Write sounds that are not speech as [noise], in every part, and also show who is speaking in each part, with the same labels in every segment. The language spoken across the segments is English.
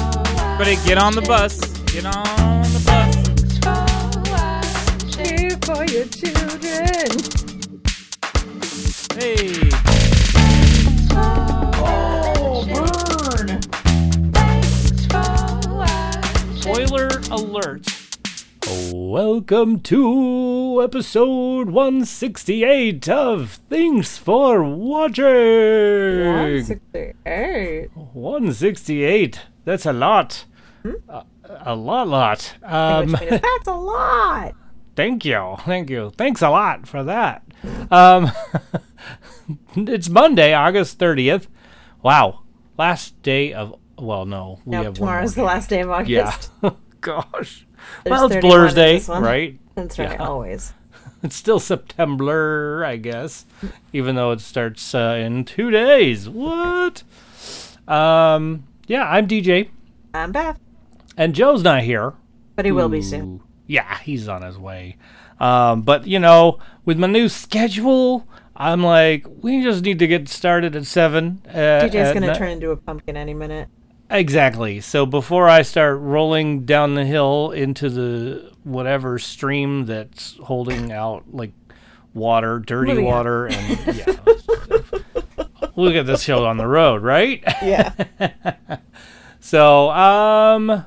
Speaker 1: Everybody get on the bus. Get on the bus.
Speaker 2: Cheer for your children.
Speaker 1: Hey.
Speaker 3: burn!
Speaker 1: Spoiler alert.
Speaker 4: Welcome to episode 168 of Things for Watching.
Speaker 2: 168.
Speaker 4: 168. That's a lot. A, a lot, lot. Um,
Speaker 2: Which means that's a lot.
Speaker 4: thank you. [laughs] Thank you. Thanks a lot for that. Um, [laughs] it's Monday, August 30th. Wow. Last day of. Well, no. We
Speaker 2: Nope,
Speaker 4: have one more
Speaker 2: tomorrow's the last day of August.
Speaker 4: Yeah. [laughs] Oh, Gosh.
Speaker 2: There's
Speaker 4: well, it's
Speaker 2: 31 in
Speaker 4: Blur's Day,
Speaker 2: this one.
Speaker 4: right?
Speaker 2: That's right, always.
Speaker 4: It's still September, I guess, even though it starts uh, in two days. What? Um, yeah, I'm DJ,
Speaker 2: I'm Beth,
Speaker 4: and Joe's not here.
Speaker 2: but he will be soon.
Speaker 4: Yeah, he's on his way. Um, but you know, with my new schedule, I'm like, we just need to get started at seven. Uh,
Speaker 2: DJ's
Speaker 4: at
Speaker 2: going to
Speaker 4: ni-
Speaker 2: turn into a pumpkin any minute.
Speaker 4: Exactly. So before I start rolling down the hill into the whatever stream that's holding out like water, dirty
Speaker 2: Moving on.
Speaker 4: water, and yeah. [laughs] Look at this hill on the road, right?
Speaker 2: Yeah.
Speaker 4: [laughs] So, um,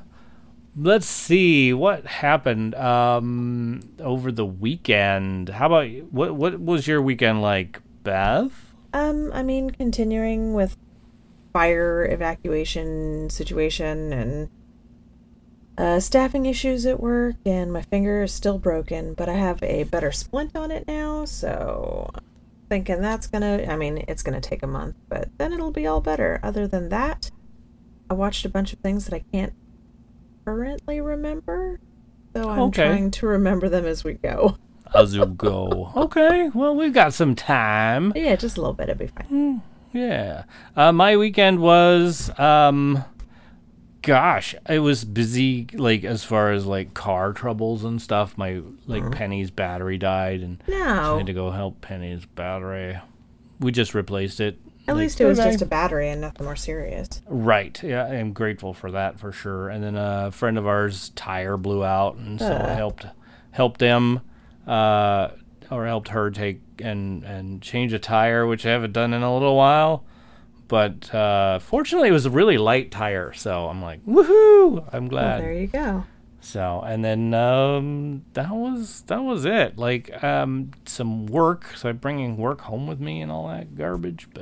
Speaker 4: let's see what happened um over the weekend. How about what? What was your weekend like, Beth?
Speaker 2: um, I mean, continuing with fire evacuation situation and uh, staffing issues at work, and my finger is still broken, but I have a better splint on it now, so I'm thinking that's gonna, I mean, it's gonna take a month, but then it'll be all better. Other than that, I watched a bunch of things that I can't currently remember, so I'm
Speaker 4: Okay.
Speaker 2: trying to remember them as we go.
Speaker 4: As you go. okay. Well, we've got some time.
Speaker 2: But yeah, just a little bit, it'll be fine.
Speaker 4: Yeah. Uh, my weekend was, um, gosh, it was busy, like, as far as, like, car troubles and stuff. My, like,
Speaker 2: Uh-huh.
Speaker 4: Penny's battery died, and I
Speaker 2: No,
Speaker 4: had to go help Penny's battery. We just replaced it.
Speaker 2: at least it was just a battery and nothing more serious.
Speaker 4: Right. Yeah, I am grateful for that for sure. And then a friend of ours' tire blew out, and so I helped helped them, uh, or helped her take and and change a tire, which I haven't done in a little while. But uh, fortunately, it was a really light tire, so I'm like, woohoo! I'm glad.
Speaker 2: Oh, There you go.
Speaker 4: So and then um, that was that was it. Like um, some work, so I'm bringing work home with me and all that garbage.
Speaker 2: [laughs]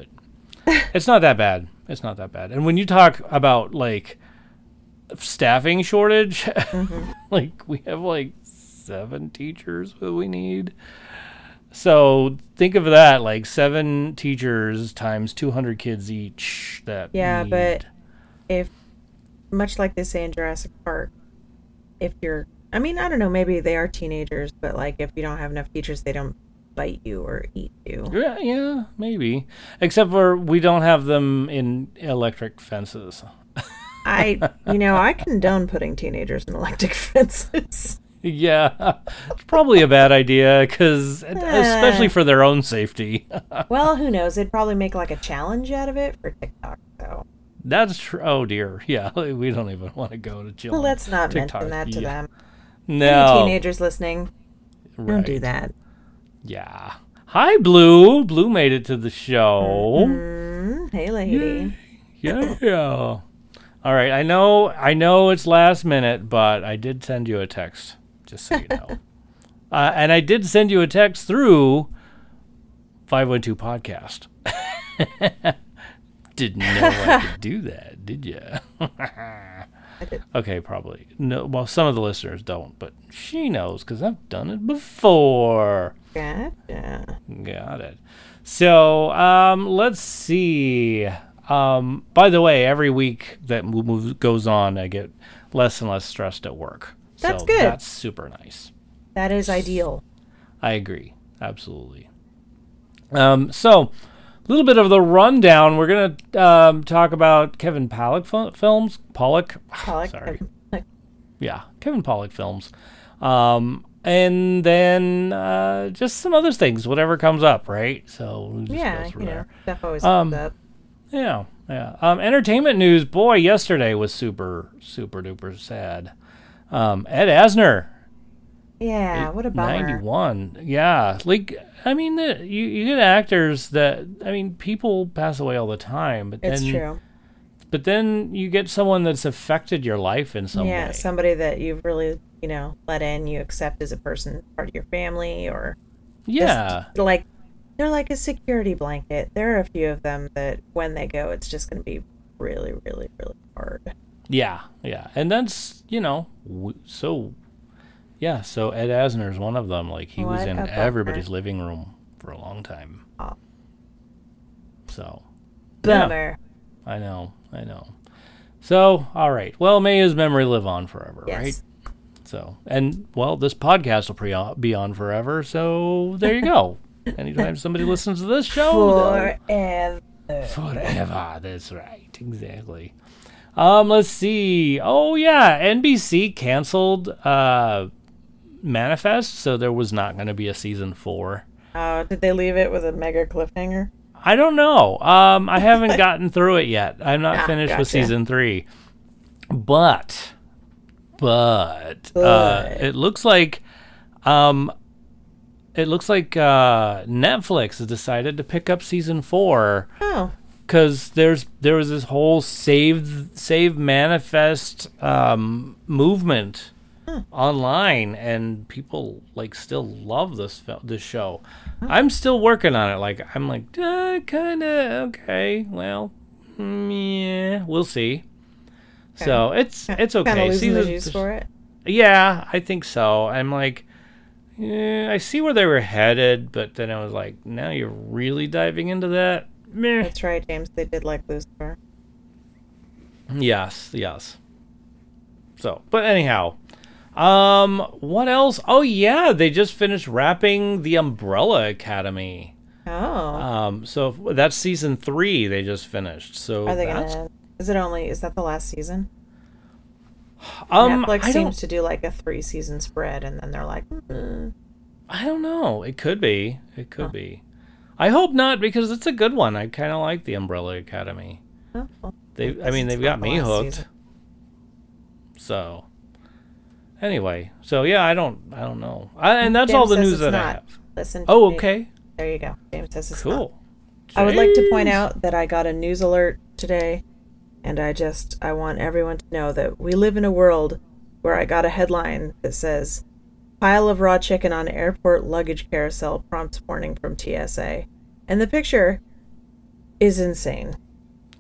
Speaker 4: But it's not that bad. It's not that bad. And when you talk about like staffing shortage,
Speaker 2: Mm-hmm.
Speaker 4: [laughs] like we have like seven teachers that we need. So think of that like seven teachers times 200 kids each. That
Speaker 2: Yeah,
Speaker 4: need-
Speaker 2: but if much like they say in Jurassic Park, if you're I mean, I don't know, maybe they are teenagers, but like if you don't have enough teachers they don't bite you or eat you.
Speaker 4: Yeah, yeah, maybe. Except for we don't have them in electric fences. [laughs]
Speaker 2: I you know, I condone putting teenagers in electric [laughs] fences.
Speaker 4: Yeah, it's probably a bad idea because,
Speaker 2: Eh.
Speaker 4: especially for their own safety. [laughs]
Speaker 2: well, who knows? They'd probably make like a challenge out of it for TikTok though.
Speaker 4: That's tr- oh dear. Yeah, [laughs] we don't even want to go to children.
Speaker 2: Well, let's not
Speaker 4: TikTok,
Speaker 2: mention that to
Speaker 4: yeah.
Speaker 2: them. Any
Speaker 4: no
Speaker 2: teenagers listening, don't do
Speaker 4: right.
Speaker 2: that.
Speaker 4: Yeah. Hi, Blue. Blue made it to the show.
Speaker 2: Mm, hey lady.
Speaker 4: Yeah. All right. I know. I know it's last minute, but I did send you a text, just so you know. uh, and I did send you a text through five one two podcast. [laughs] Didn't know I could do that, did you?
Speaker 2: did.
Speaker 4: [laughs] okay, probably. No. Well, some of the listeners don't, but she knows because I've done it before.
Speaker 2: Gotcha.
Speaker 4: Got it. So um, let's see. Um, by the way, every week that mo- mo- goes on, I get less and less stressed at work.
Speaker 2: That's
Speaker 4: so
Speaker 2: good.
Speaker 4: That's super nice.
Speaker 2: That is ideal.
Speaker 4: I agree. Absolutely. Um, so, a little bit of the rundown. We're going to um, talk about Kevin Pollock fi- films. Pollock.
Speaker 2: Pollock,
Speaker 4: Sorry.
Speaker 2: Pollock.
Speaker 4: [sighs] Yeah, Kevin Pollock films. Um, and then uh, just some other things, whatever comes up, right? So, we'll just go
Speaker 2: Yeah,
Speaker 4: through
Speaker 2: you
Speaker 4: there.
Speaker 2: know, stuff always
Speaker 4: Um,
Speaker 2: comes up.
Speaker 4: Yeah, yeah. Um, entertainment news, boy, yesterday was super, super duper sad. Um, Ed Asner,
Speaker 2: Yeah, what a bummer.
Speaker 4: ninety-one. Yeah, like I mean, the, you you get actors that I mean, people pass away all the time, but
Speaker 2: It's
Speaker 4: then
Speaker 2: true.
Speaker 4: but then you get someone that's affected your life in some
Speaker 2: yeah,
Speaker 4: way.
Speaker 2: somebody that you've really, you know, let in, you accept as a person, part of your family, or just,
Speaker 4: yeah,
Speaker 2: like they're like a security blanket. There are a few of them that when they go, it's just going to be really, really, really hard.
Speaker 4: yeah, yeah. And that's you know w- so. Yeah, so Ed Asner is one of them. Like he was
Speaker 2: What
Speaker 4: in
Speaker 2: a bummer.
Speaker 4: everybody's living room for a long time.
Speaker 2: Aw.
Speaker 4: So Yeah.
Speaker 2: Bummer.
Speaker 4: I know, I know. So, all right. Well, may his memory live on forever,
Speaker 2: Yes.
Speaker 4: right? So, and well, this podcast will pre- be on forever. So, there you go. Anytime somebody listens to this show,
Speaker 2: Forever.
Speaker 4: they'll- forever. That's right. Exactly. Um, let's see. Oh yeah, NBC canceled uh Manifest, so there was not going to be a season 4.
Speaker 2: Oh, did they leave it with a mega cliffhanger?
Speaker 4: I don't know. Um, I
Speaker 2: [laughs]
Speaker 4: haven't gotten through it yet. I'm not
Speaker 2: Ah,
Speaker 4: finished with
Speaker 2: gotcha.
Speaker 4: season three, but but uh,
Speaker 2: But.
Speaker 4: it looks like um, it looks like uh, Netflix has decided to pick up season four
Speaker 2: Oh,
Speaker 4: because there's there was this whole save save manifest um, movement
Speaker 2: Hmm.
Speaker 4: online, and people like still love this fil- this show. I'm still working on it. Like I'm like uh, kind of okay. Well, mm, yeah, we'll see. So it's it's okay.
Speaker 2: kind of losing the
Speaker 4: Season-
Speaker 2: juice for it.
Speaker 4: yeah, I think so. I'm like, eh, I see where they were headed, but then I was like, now you're really diving into that. Meh.
Speaker 2: That's right, James. They did like Lucifer.
Speaker 4: Yes, yes. So, but anyhow, um, what else? Oh yeah, they just finished wrapping the Umbrella Academy.
Speaker 2: Oh,
Speaker 4: Um, so f- that's season three. They just finished. So
Speaker 2: are they
Speaker 4: that's,
Speaker 2: gonna? Is it only? Is that the last season?
Speaker 4: um,
Speaker 2: Netflix
Speaker 4: I don't,
Speaker 2: seems to do like a three season spread, and then they're like, mm,
Speaker 4: I don't know. It could be. It could be. I hope not because it's a good one. I kind of like the Umbrella Academy.
Speaker 2: oh, well,
Speaker 4: They, I
Speaker 2: guess
Speaker 4: mean,
Speaker 2: it's
Speaker 4: they've
Speaker 2: not
Speaker 4: got
Speaker 2: the
Speaker 4: me
Speaker 2: last
Speaker 4: hooked.
Speaker 2: season.
Speaker 4: So, anyway, so yeah, I don't, I don't know, I, and that's
Speaker 2: James
Speaker 4: all the
Speaker 2: Mm, says
Speaker 4: news
Speaker 2: it's
Speaker 4: that I
Speaker 2: not.
Speaker 4: have.
Speaker 2: Listen. to
Speaker 4: Oh,
Speaker 2: me.
Speaker 4: okay,
Speaker 2: There you go. James says it's not.
Speaker 4: cool.
Speaker 2: Uh, I would like to point
Speaker 4: Jeez.
Speaker 2: out that I got a news alert today, and I just I want everyone to know that we live in a world where I got a headline that says pile of raw chicken on airport luggage carousel prompts warning from TSA. And the picture is insane.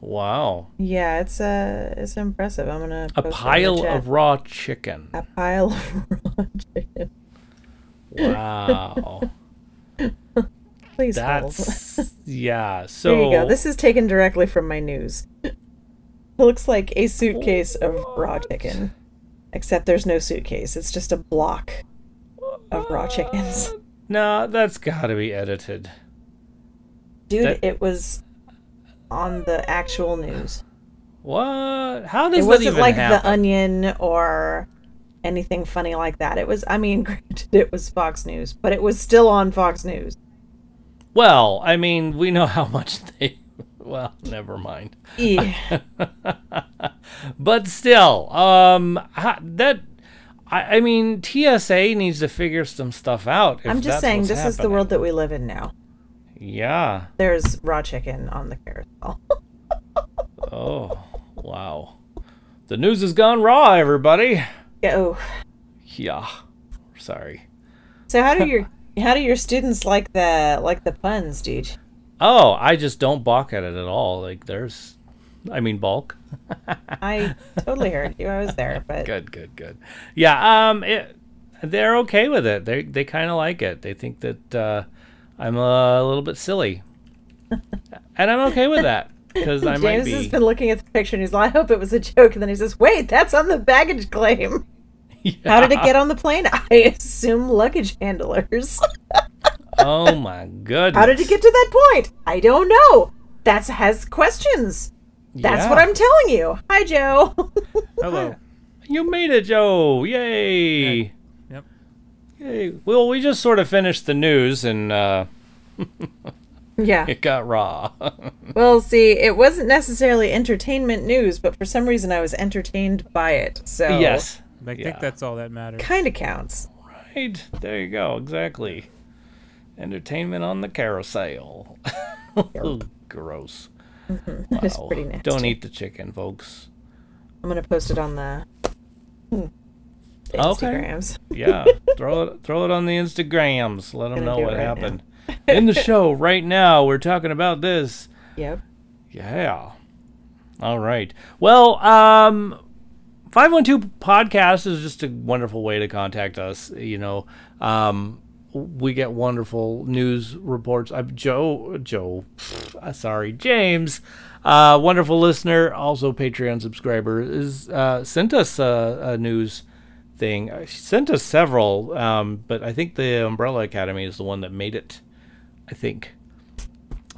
Speaker 4: Wow,
Speaker 2: Yeah, it's uh it's impressive. I'm gonna
Speaker 4: a
Speaker 2: post it in the
Speaker 4: pile
Speaker 2: chat.
Speaker 4: of raw
Speaker 2: [laughs]
Speaker 4: chicken.
Speaker 2: a pile of raw chicken.
Speaker 4: Wow,
Speaker 2: [laughs] Please hold.
Speaker 4: that's yeah. So
Speaker 2: [laughs] There you go. This is taken directly from my news. [laughs] It looks like a suitcase of raw
Speaker 4: What?
Speaker 2: chicken. Except there's no suitcase. It's just a block of raw chickens.
Speaker 4: no, that's got to be edited.
Speaker 2: Dude,
Speaker 4: that-
Speaker 2: it was on the actual news.
Speaker 4: What? How does
Speaker 2: It
Speaker 4: that
Speaker 2: wasn't
Speaker 4: even
Speaker 2: like the
Speaker 4: happen?
Speaker 2: onion or anything funny like that. It was I mean, [laughs] granted it was Fox News, but it was still on Fox News.
Speaker 4: well, I mean, we know how much [laughs] they. Well, never mind.
Speaker 2: Yeah.
Speaker 4: but still, um, ha- that I, I mean, TSA needs to figure some stuff out. if
Speaker 2: I'm just
Speaker 4: that's
Speaker 2: saying
Speaker 4: what's
Speaker 2: this is the
Speaker 4: happening.
Speaker 2: world that we live in now.
Speaker 4: Yeah.
Speaker 2: There's raw chicken on the carousel.
Speaker 4: Oh, wow. The news has gone raw, everybody.
Speaker 2: yeah, oh.
Speaker 4: Yeah. Sorry.
Speaker 2: So how do
Speaker 4: [laughs]
Speaker 2: your how do your students like the like the puns, dude?
Speaker 4: Oh, I just don't balk at it at all. Like, there's, I mean, balk.
Speaker 2: I totally heard you. I
Speaker 4: [laughs]
Speaker 2: was there, but
Speaker 4: Good, good, good. Yeah. Um, it, they're okay with it. They they kind of like it. They think that uh, I'm a little bit
Speaker 2: [laughs]
Speaker 4: silly, and I'm okay with that because I might
Speaker 2: James has
Speaker 4: be.
Speaker 2: been looking at the picture and he's like, "I hope it was a joke." And then he says, "Wait, that's on the
Speaker 4: [laughs]
Speaker 2: baggage claim. How did it get on the plane? [laughs] I assume luggage handlers. [laughs]
Speaker 4: oh my goodness!
Speaker 2: How did it get to that point? I don't know. That's has questions. That's what
Speaker 4: Yeah.
Speaker 2: I'm telling you. Hi, Joe. [laughs]
Speaker 5: Hello.
Speaker 4: You made it, Joe! Yay!
Speaker 5: Yep.
Speaker 4: Yay. Well, we just sort of finished the news, and uh,
Speaker 2: Yeah.
Speaker 4: It got raw.
Speaker 2: Oh. Well, see, it wasn't necessarily entertainment news, but for some reason I was entertained by it. So
Speaker 4: yes.
Speaker 6: I
Speaker 4: Yeah.
Speaker 6: think that's all that matters.
Speaker 2: kind of counts.
Speaker 4: Right. There you go. Exactly. Entertainment on the carousel. [laughs] Gross.
Speaker 2: That is
Speaker 4: Oh,
Speaker 2: pretty nasty.
Speaker 4: Don't eat the chicken, folks.
Speaker 2: I'm gonna post it on the hmm, the
Speaker 4: Okay.
Speaker 2: Instagrams. [laughs]
Speaker 4: Yeah. throw it throw it on the Instagrams. Let them
Speaker 2: Gonna
Speaker 4: know
Speaker 2: do it
Speaker 4: what
Speaker 2: right now.
Speaker 4: happened. In
Speaker 2: [laughs]
Speaker 4: the show right now, we're talking about this.
Speaker 2: Yep.
Speaker 4: Yeah. All right. Well, um, 512 podcast is just a wonderful way to contact us. You know, um, we get wonderful news reports. i Joe, Joe, uh, sorry, James, uh, wonderful listener, also Patreon subscriber, is uh, sent us a, a news thing. Uh, She sent us several, um, but I think the Umbrella Academy is the one that made it. I think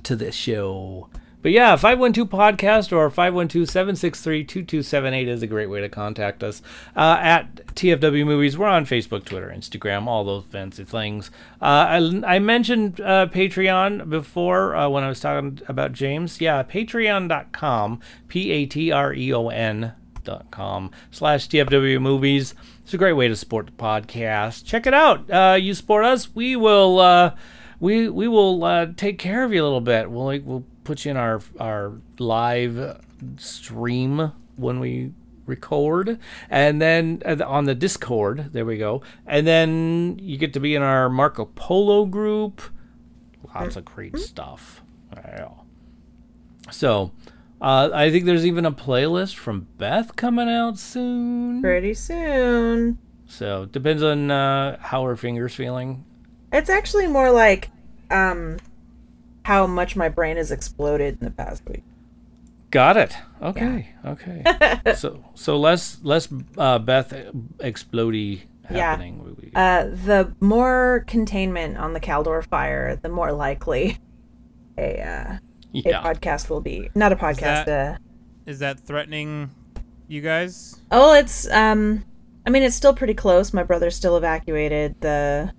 Speaker 4: to this show. But yeah, 512 podcast or 512 763 2278 is a great way to contact us. Uh, at TFW Movies, we're on Facebook, Twitter, Instagram, all those fancy things. Uh, I, I mentioned uh, Patreon before uh, when I was talking about James. Yeah, patreon.com, P A T R E O N dot com slash TFW Movies. It's a great way to support the podcast. Check it out. Uh, you support us, we will. Uh, we we will uh, take care of you a little bit. We'll like, we'll put you in our our live stream when we record, and then uh, on the Discord. There we go. And then you get to be in our Marco Polo group. Lots
Speaker 2: Mm-hmm.
Speaker 4: of great stuff. Yeah. So. Uh, I think there's even a playlist from Beth coming out soon.
Speaker 2: Pretty soon.
Speaker 4: So depends on uh, how her fingers feeling.
Speaker 2: It's actually more like um how much my brain has exploded in the past week.
Speaker 4: Got it. Okay.
Speaker 2: [laughs]
Speaker 4: Okay. so so less less uh, Beth explodey
Speaker 2: Yeah.
Speaker 4: happening. We- we-
Speaker 2: Uh, the more containment on the Caldor fire, the more likely [laughs] a uh, a
Speaker 4: yeah.
Speaker 2: podcast will be. Not a podcast.
Speaker 6: that-
Speaker 2: Uh,
Speaker 6: Is that threatening you guys?
Speaker 2: Oh, it's um I mean it's still pretty close. My brother's still evacuated. The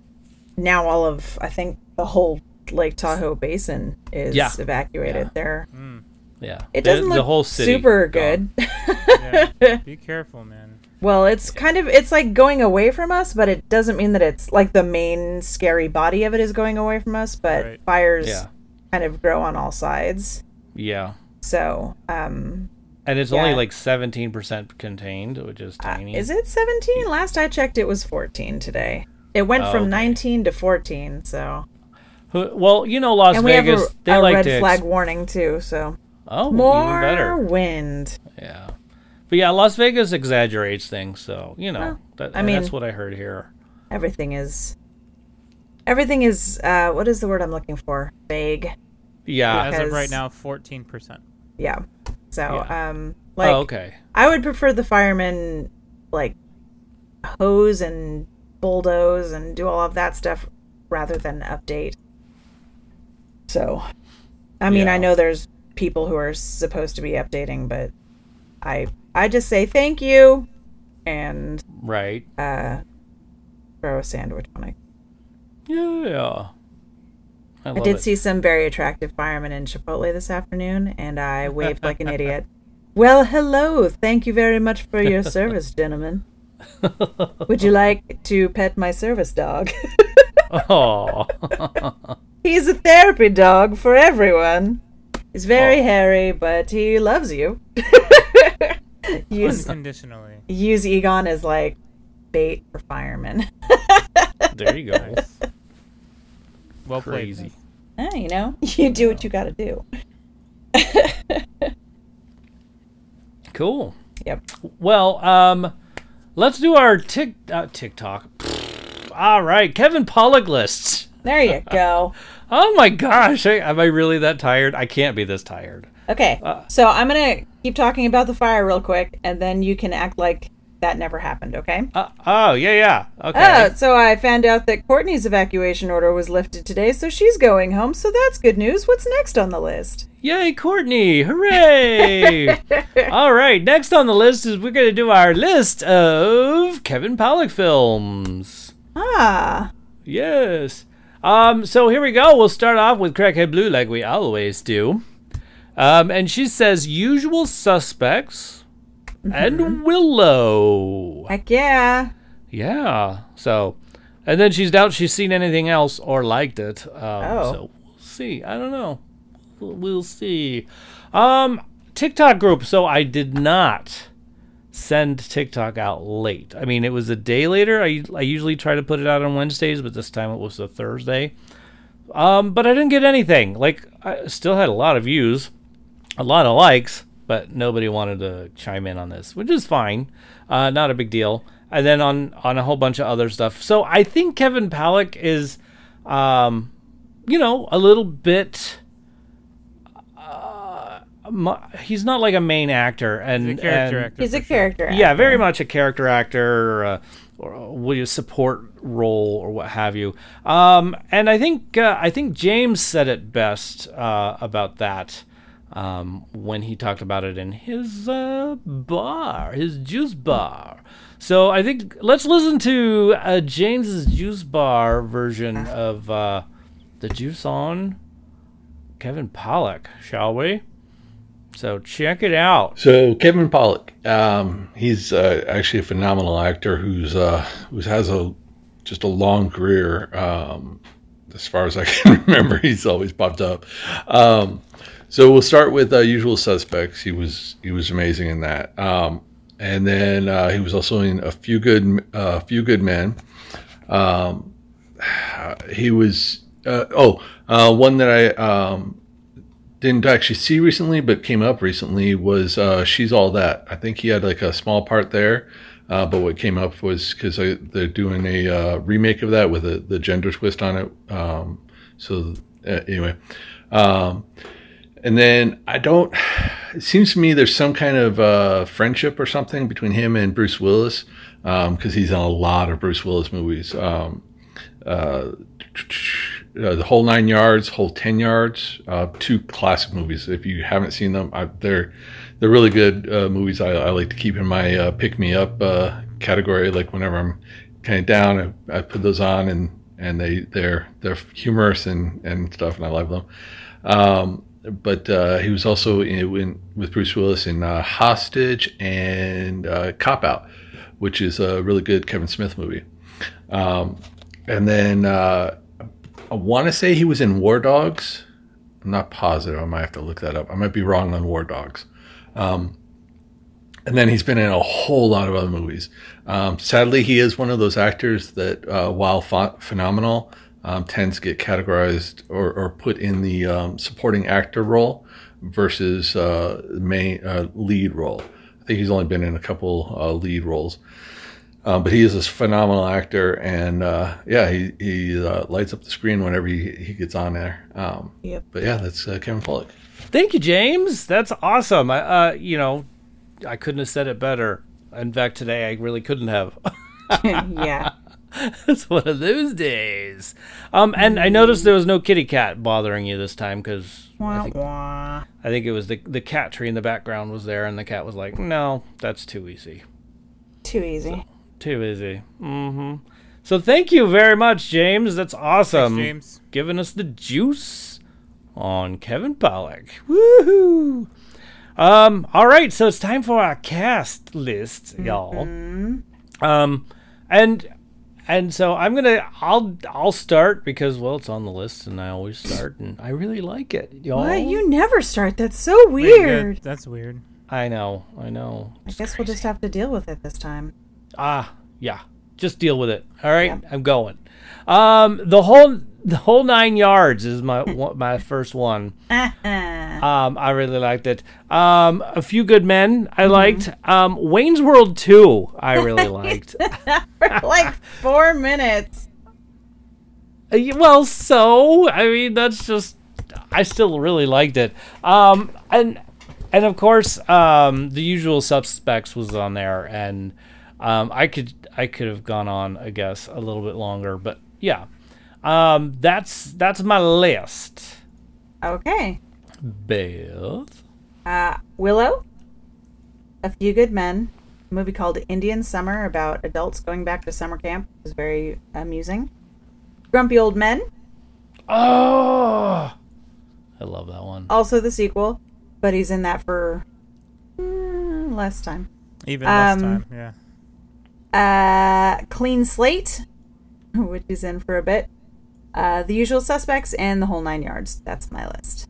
Speaker 2: now all of I think the whole Lake Tahoe basin is
Speaker 4: Yeah.
Speaker 2: evacuated
Speaker 4: Yeah.
Speaker 2: there.
Speaker 4: Yeah.
Speaker 2: It doesn't look super good. [laughs]
Speaker 6: Yeah. Be careful, man.
Speaker 2: well, it's kind of it's like going away from us, but it doesn't mean that it's like the main scary body of it is going away from us, but
Speaker 6: Right.
Speaker 2: fires
Speaker 4: Yeah.
Speaker 2: kind of grow on all sides.
Speaker 4: Yeah.
Speaker 2: So, um
Speaker 4: And it's
Speaker 2: Yeah.
Speaker 4: only like seventeen percent contained, which is
Speaker 2: uh,
Speaker 4: tiny.
Speaker 2: is it 17? Last I checked it was 14 today. It went
Speaker 4: Oh,
Speaker 2: from
Speaker 4: okay.
Speaker 2: 19 to 14, so
Speaker 4: Who- Well, you know Las
Speaker 2: and we
Speaker 4: Vegas,
Speaker 2: have a,
Speaker 4: they
Speaker 2: a
Speaker 4: like
Speaker 2: red
Speaker 4: to ex-
Speaker 2: flag warning too. So
Speaker 4: oh
Speaker 2: more
Speaker 4: even better.
Speaker 2: wind.
Speaker 4: Yeah. But yeah, Las Vegas exaggerates things, so you know
Speaker 2: Well,
Speaker 4: that,
Speaker 2: I
Speaker 4: and that's
Speaker 2: mean-
Speaker 4: what I heard here.
Speaker 2: Everything is, everything is. Uh, what is the word I'm looking for? Vague.
Speaker 4: Yeah.
Speaker 6: As of
Speaker 2: Because-
Speaker 6: right now, 14%.
Speaker 2: Yeah. So
Speaker 4: Yeah.
Speaker 2: um, like
Speaker 4: oh, okay.
Speaker 2: I would prefer the firemen like hose and bulldoze and do all of that stuff rather than update. So, I mean,
Speaker 4: Yeah.
Speaker 2: I know there's people who are supposed to be updating, but I I just say thank you and
Speaker 4: Right.
Speaker 2: uh, throw a sandwich on it.
Speaker 4: Yeah. I,
Speaker 2: I
Speaker 4: love
Speaker 2: did
Speaker 4: it.
Speaker 2: see some very attractive firemen in Chipotle this afternoon, and I
Speaker 4: [laughs]
Speaker 2: waved like an idiot. Well, hello. Thank you very much for your service,
Speaker 4: [laughs]
Speaker 2: gentlemen. [laughs] Would you like to pet my
Speaker 4: [laughs]
Speaker 2: service dog? [laughs]
Speaker 4: Oh.
Speaker 2: He's a therapy dog for everyone. He's very
Speaker 4: Oh.
Speaker 2: hairy, but he
Speaker 4: [laughs]
Speaker 2: loves you. use
Speaker 6: Unconditionally.
Speaker 2: use Egon as like bait for firemen.
Speaker 4: [laughs]
Speaker 2: [laughs]
Speaker 4: there you go.
Speaker 6: Well
Speaker 4: Crazy.
Speaker 6: played.
Speaker 2: Ah, you know, [laughs] you do what you got to do.
Speaker 4: Cool.
Speaker 2: Yep.
Speaker 4: Well, um, let's do our tick uh, TikTok. All right, Kevin Pollock lists.
Speaker 2: There you go.
Speaker 4: Oh my gosh, I, am I really that tired? I can't be this tired.
Speaker 2: Okay,
Speaker 6: Uh.
Speaker 2: so I'm gonna keep talking about the fire real quick, and then you can act like that never happened. Okay.
Speaker 4: Uh, oh yeah, yeah. Okay.
Speaker 2: Oh, so I found out that Courtney's evacuation order was lifted today, so she's going home. So that's good news. What's next on the list?
Speaker 4: Yay, Courtney! Hooray! All right, next on the list is we're going to do our list of Kevin Pollock films.
Speaker 2: Ah,
Speaker 4: Yes. Um, so here we go. We'll start off with Crackhead Blue, like we always do. Um, and she says, "Usual suspects and Willow."
Speaker 7: Heck yeah.
Speaker 4: Yeah. So, and then she's doubts she's seen anything else or liked it. Um,
Speaker 7: Oh.
Speaker 4: So we'll see. I don't know. We'll- We'll see. Um, TikTok group. So I did not send TikTok out late. I mean, it was a day later. I I usually try to put it out on Wednesdays, but this time it was a Thursday. Um, but I didn't get anything. Like I still had a lot of views, a lot of likes, but nobody wanted to chime in on this, which is fine. Uh, not a big deal. And then on on a whole bunch of other stuff. So I think Kevin Palick is, um, you know, a little bit. Uh, mu- he's not like a main actor, and
Speaker 6: He's a character
Speaker 4: and-
Speaker 6: actor.
Speaker 7: He's a
Speaker 6: for sure.
Speaker 7: character.
Speaker 4: yeah, very much a character actor or a, or a will you support role or what have you. Um, and I think uh, I think James said it best uh, about that um, when he talked about it in his uh, bar, his juice bar. So I think let's listen to uh, James's juice bar version of uh, the juice on Kevin Pollock, shall we? So check it out.
Speaker 8: So Kevin Pollak, um, he's uh, actually a phenomenal actor who's uh, who's has a just a long career. Um, as far as I [laughs] can remember, he's always popped up. Um, so we'll start with uh, Usual Suspects. He was he was amazing in that, um, and then uh, he was also in a few good uh, few good men. Um, [sighs] he was uh, oh uh, one that I um, didn't actually see recently, but came up recently was uh, "She's All That." I think he had like a small part there, uh, but what came up was because they're doing a uh, remake of that with a, the gender twist on it. Um, so uh, anyway, um, and then I don't. It seems to me there's some kind of uh, friendship or something between him and Bruce Willis because he's in a lot of Bruce Willis movies. Um, uh, the whole nine yards, whole ten yards, uh, two classic movies. If you haven't seen them, I, they're they're really good uh, movies. I, I like to keep in my uh, pick me up uh, category. Like whenever I'm kind of down, I, I put those on, and and they they're they're humorous and and stuff, and I love them. Um, but uh, he was also in, in with Bruce Willis in uh, Hostage and uh, Cop Out, which is a really good Kevin Smith movie. Um, and then uh, I want to say he was in War Dogs. I'm not positive. I might have to look that up. I might be wrong on War Dogs. Um, and then he's been in a whole lot of other movies. Um, sadly, he is one of those actors that, uh, while pho- phenomenal, um, tends to get categorized or, or put in the um, supporting actor role versus uh, main uh, lead role. I think he's only been in a couple uh, lead roles. Um, but he is a phenomenal actor, and uh, yeah, he he uh, lights up the screen whenever he, he gets on there. Um,
Speaker 7: Yep.
Speaker 8: But yeah, that's uh, Kevin Pollak.
Speaker 4: Thank you, James. That's awesome. I, uh, you know, I couldn't have said it better. In fact, today I really couldn't have. [laughs]
Speaker 6: [laughs]
Speaker 7: yeah.
Speaker 4: it's one of those days. Um, and I noticed there was no kitty cat bothering you this time because
Speaker 7: Wah, wah.
Speaker 4: I think it was the the cat tree in the background was there, and the cat was like, "No, that's too easy,
Speaker 7: Too easy.
Speaker 4: too easy." hmm So thank you very much, James. That's awesome.
Speaker 6: James.
Speaker 4: giving us the juice on Kevin Pollak. Woohoo! Um, all right, so it's time for our cast list, y'all. Um, and and so I'm gonna I'll I'll start because well it's on the list and I always start and I really like it, y'all.
Speaker 7: What? You never start. That's so
Speaker 6: Pretty good.
Speaker 7: weird.
Speaker 6: That's weird.
Speaker 4: I know, I know.
Speaker 7: I guess we'll just have to deal with it this
Speaker 2: [laughs]
Speaker 7: time.
Speaker 4: ah yeah just deal with it all right i'm going um the whole the whole nine yards is my one- my first one um i really liked it um a few good men i liked um wayne's world 2 i really liked Uh,
Speaker 7: For like four minutes.
Speaker 4: y- well so i mean that's just i still really liked it um and and of course um the usual suspects was on there and um i could i could have gone on i guess a little bit longer but yeah um that's that's my list
Speaker 7: Okay.
Speaker 4: beth
Speaker 7: Uh, Willow, A Few Good Men, a movie called Indian Summer about adults going back to summer camp. It was very amusing. Grumpy Old Men,
Speaker 4: Oh, I love that one.
Speaker 2: Also the sequel, but he's in that for mm, less time.
Speaker 6: Even
Speaker 2: Um,
Speaker 6: less time. Yeah.
Speaker 2: Uh, Clean Slate, [laughs] which he's in for a bit. Uh, the Usual Suspects and the whole nine yards. That's my list.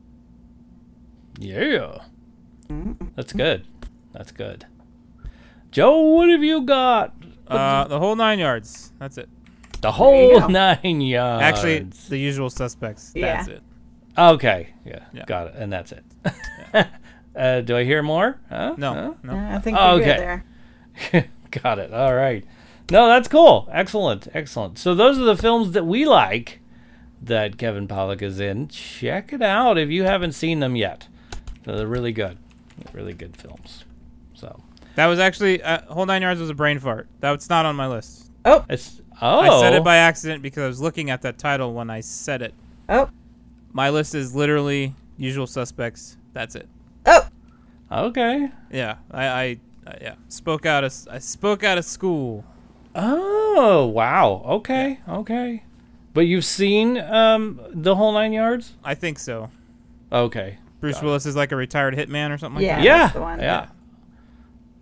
Speaker 4: Yeah, that's good. That's good. Joe, what have you got?
Speaker 6: Uh, the whole nine yards. That's it.
Speaker 4: The
Speaker 2: you
Speaker 4: whole
Speaker 2: go.
Speaker 4: [laughs] nine yards.
Speaker 6: Actually, the usual suspects. That's
Speaker 2: Yeah.
Speaker 6: it.
Speaker 4: okay. Yeah,
Speaker 6: Yeah.
Speaker 4: got it. And that's it. [laughs] uh, do I hear more? Huh?
Speaker 6: No,
Speaker 4: Huh?
Speaker 6: no.
Speaker 2: Uh, I think we're
Speaker 4: Okay.
Speaker 2: good there.
Speaker 4: [laughs] Got it. All right. No, that's cool. Excellent. Excellent. So those are the films that we like that Kevin Pollak is in. Check it out if you haven't seen them yet. So they're really good. Really good films. So
Speaker 6: That was actually uh, whole nine yards was a brain fart. That's not on my list.
Speaker 4: it's oh
Speaker 6: I said it by accident because I was looking at that title when I said it.
Speaker 2: Oh,
Speaker 6: My list is literally usual suspects. That's it.
Speaker 2: oh,
Speaker 4: Okay.
Speaker 6: Yeah, I, I, I yeah spoke out of s- I spoke out of school.
Speaker 4: Oh wow. Okay. Okay. But you've seen um the whole nine yards?
Speaker 6: I think so.
Speaker 4: Okay.
Speaker 6: Bruce Willis is like a retired hitman or something like
Speaker 2: Yeah.
Speaker 6: that.
Speaker 4: yeah.
Speaker 2: that's the one.
Speaker 4: Yeah.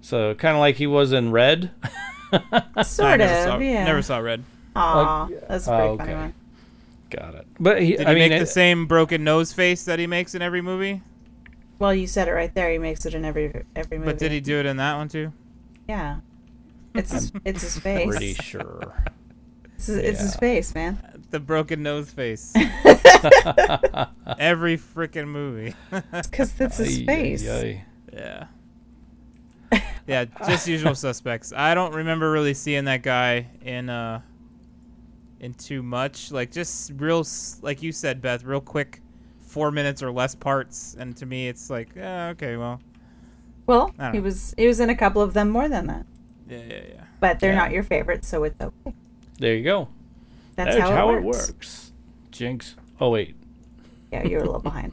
Speaker 4: So kind of like he was in
Speaker 6: [laughs]
Speaker 4: Red.
Speaker 6: [laughs] I
Speaker 2: sort
Speaker 6: never
Speaker 2: of.
Speaker 6: saw,
Speaker 2: yeah.
Speaker 6: never saw Red.
Speaker 2: Aw, that's a
Speaker 4: Oh, okay.
Speaker 2: pretty funny one.
Speaker 4: Got it. But he,
Speaker 6: Did
Speaker 4: I
Speaker 6: he
Speaker 4: mean,
Speaker 6: make
Speaker 4: it-
Speaker 6: the same broken nose face that he makes in every movie?
Speaker 2: Well, you said it right there. He makes it in every every movie.
Speaker 6: But did he do it in that one too?
Speaker 2: Yeah. It's
Speaker 4: [laughs]
Speaker 2: his, it's his face. [laughs]
Speaker 4: pretty sure.
Speaker 2: It's, his, it's his
Speaker 4: yeah.
Speaker 2: face, man.
Speaker 6: The broken
Speaker 2: [laughs]
Speaker 6: nose face. every freaking movie. [laughs]
Speaker 2: Because it's his
Speaker 4: Ay,
Speaker 2: face.
Speaker 4: ay, ay.
Speaker 6: Yeah. Yeah, just usual suspects. I don't remember really seeing that guy in uh in too much. Like just real s- like you said Beth, real quick 4 minutes or less parts and to me it's like, yeah, okay, well.
Speaker 2: Well,
Speaker 6: I don't
Speaker 2: he
Speaker 6: know.
Speaker 2: was he was in a couple of them more than that,
Speaker 6: Yeah, yeah, yeah.
Speaker 2: but they're
Speaker 4: Yeah.
Speaker 2: not your favorites, so it's okay.
Speaker 4: There you go.
Speaker 2: That's, how, it, works.
Speaker 4: works. Jinx. Oh wait,
Speaker 2: Yeah, you're a
Speaker 4: [laughs]
Speaker 2: little behind.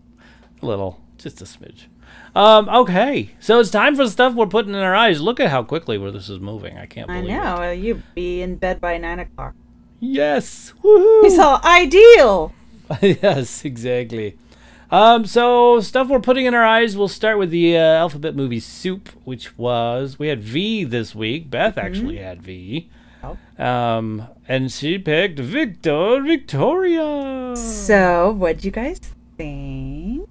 Speaker 4: a little, just a smidge. Um. Okay. So it's time for the stuff we're putting in our eyes. Look at how quickly where this is moving. I can't
Speaker 2: I
Speaker 4: believe it.
Speaker 2: know. uh, You'd be in bed by nine o'clock.
Speaker 4: Yes. Woohoo.
Speaker 2: He's all ideal.
Speaker 4: [laughs] yes, exactly. Um, so stuff we're putting in our eyes. We'll start with the uh, alphabet movie Soup, which was we had V this week.
Speaker 6: Mm-hmm.
Speaker 4: Beth actually had V,
Speaker 2: Oh.
Speaker 4: um, and she picked Victor Victoria.
Speaker 2: So, what'd you guys think?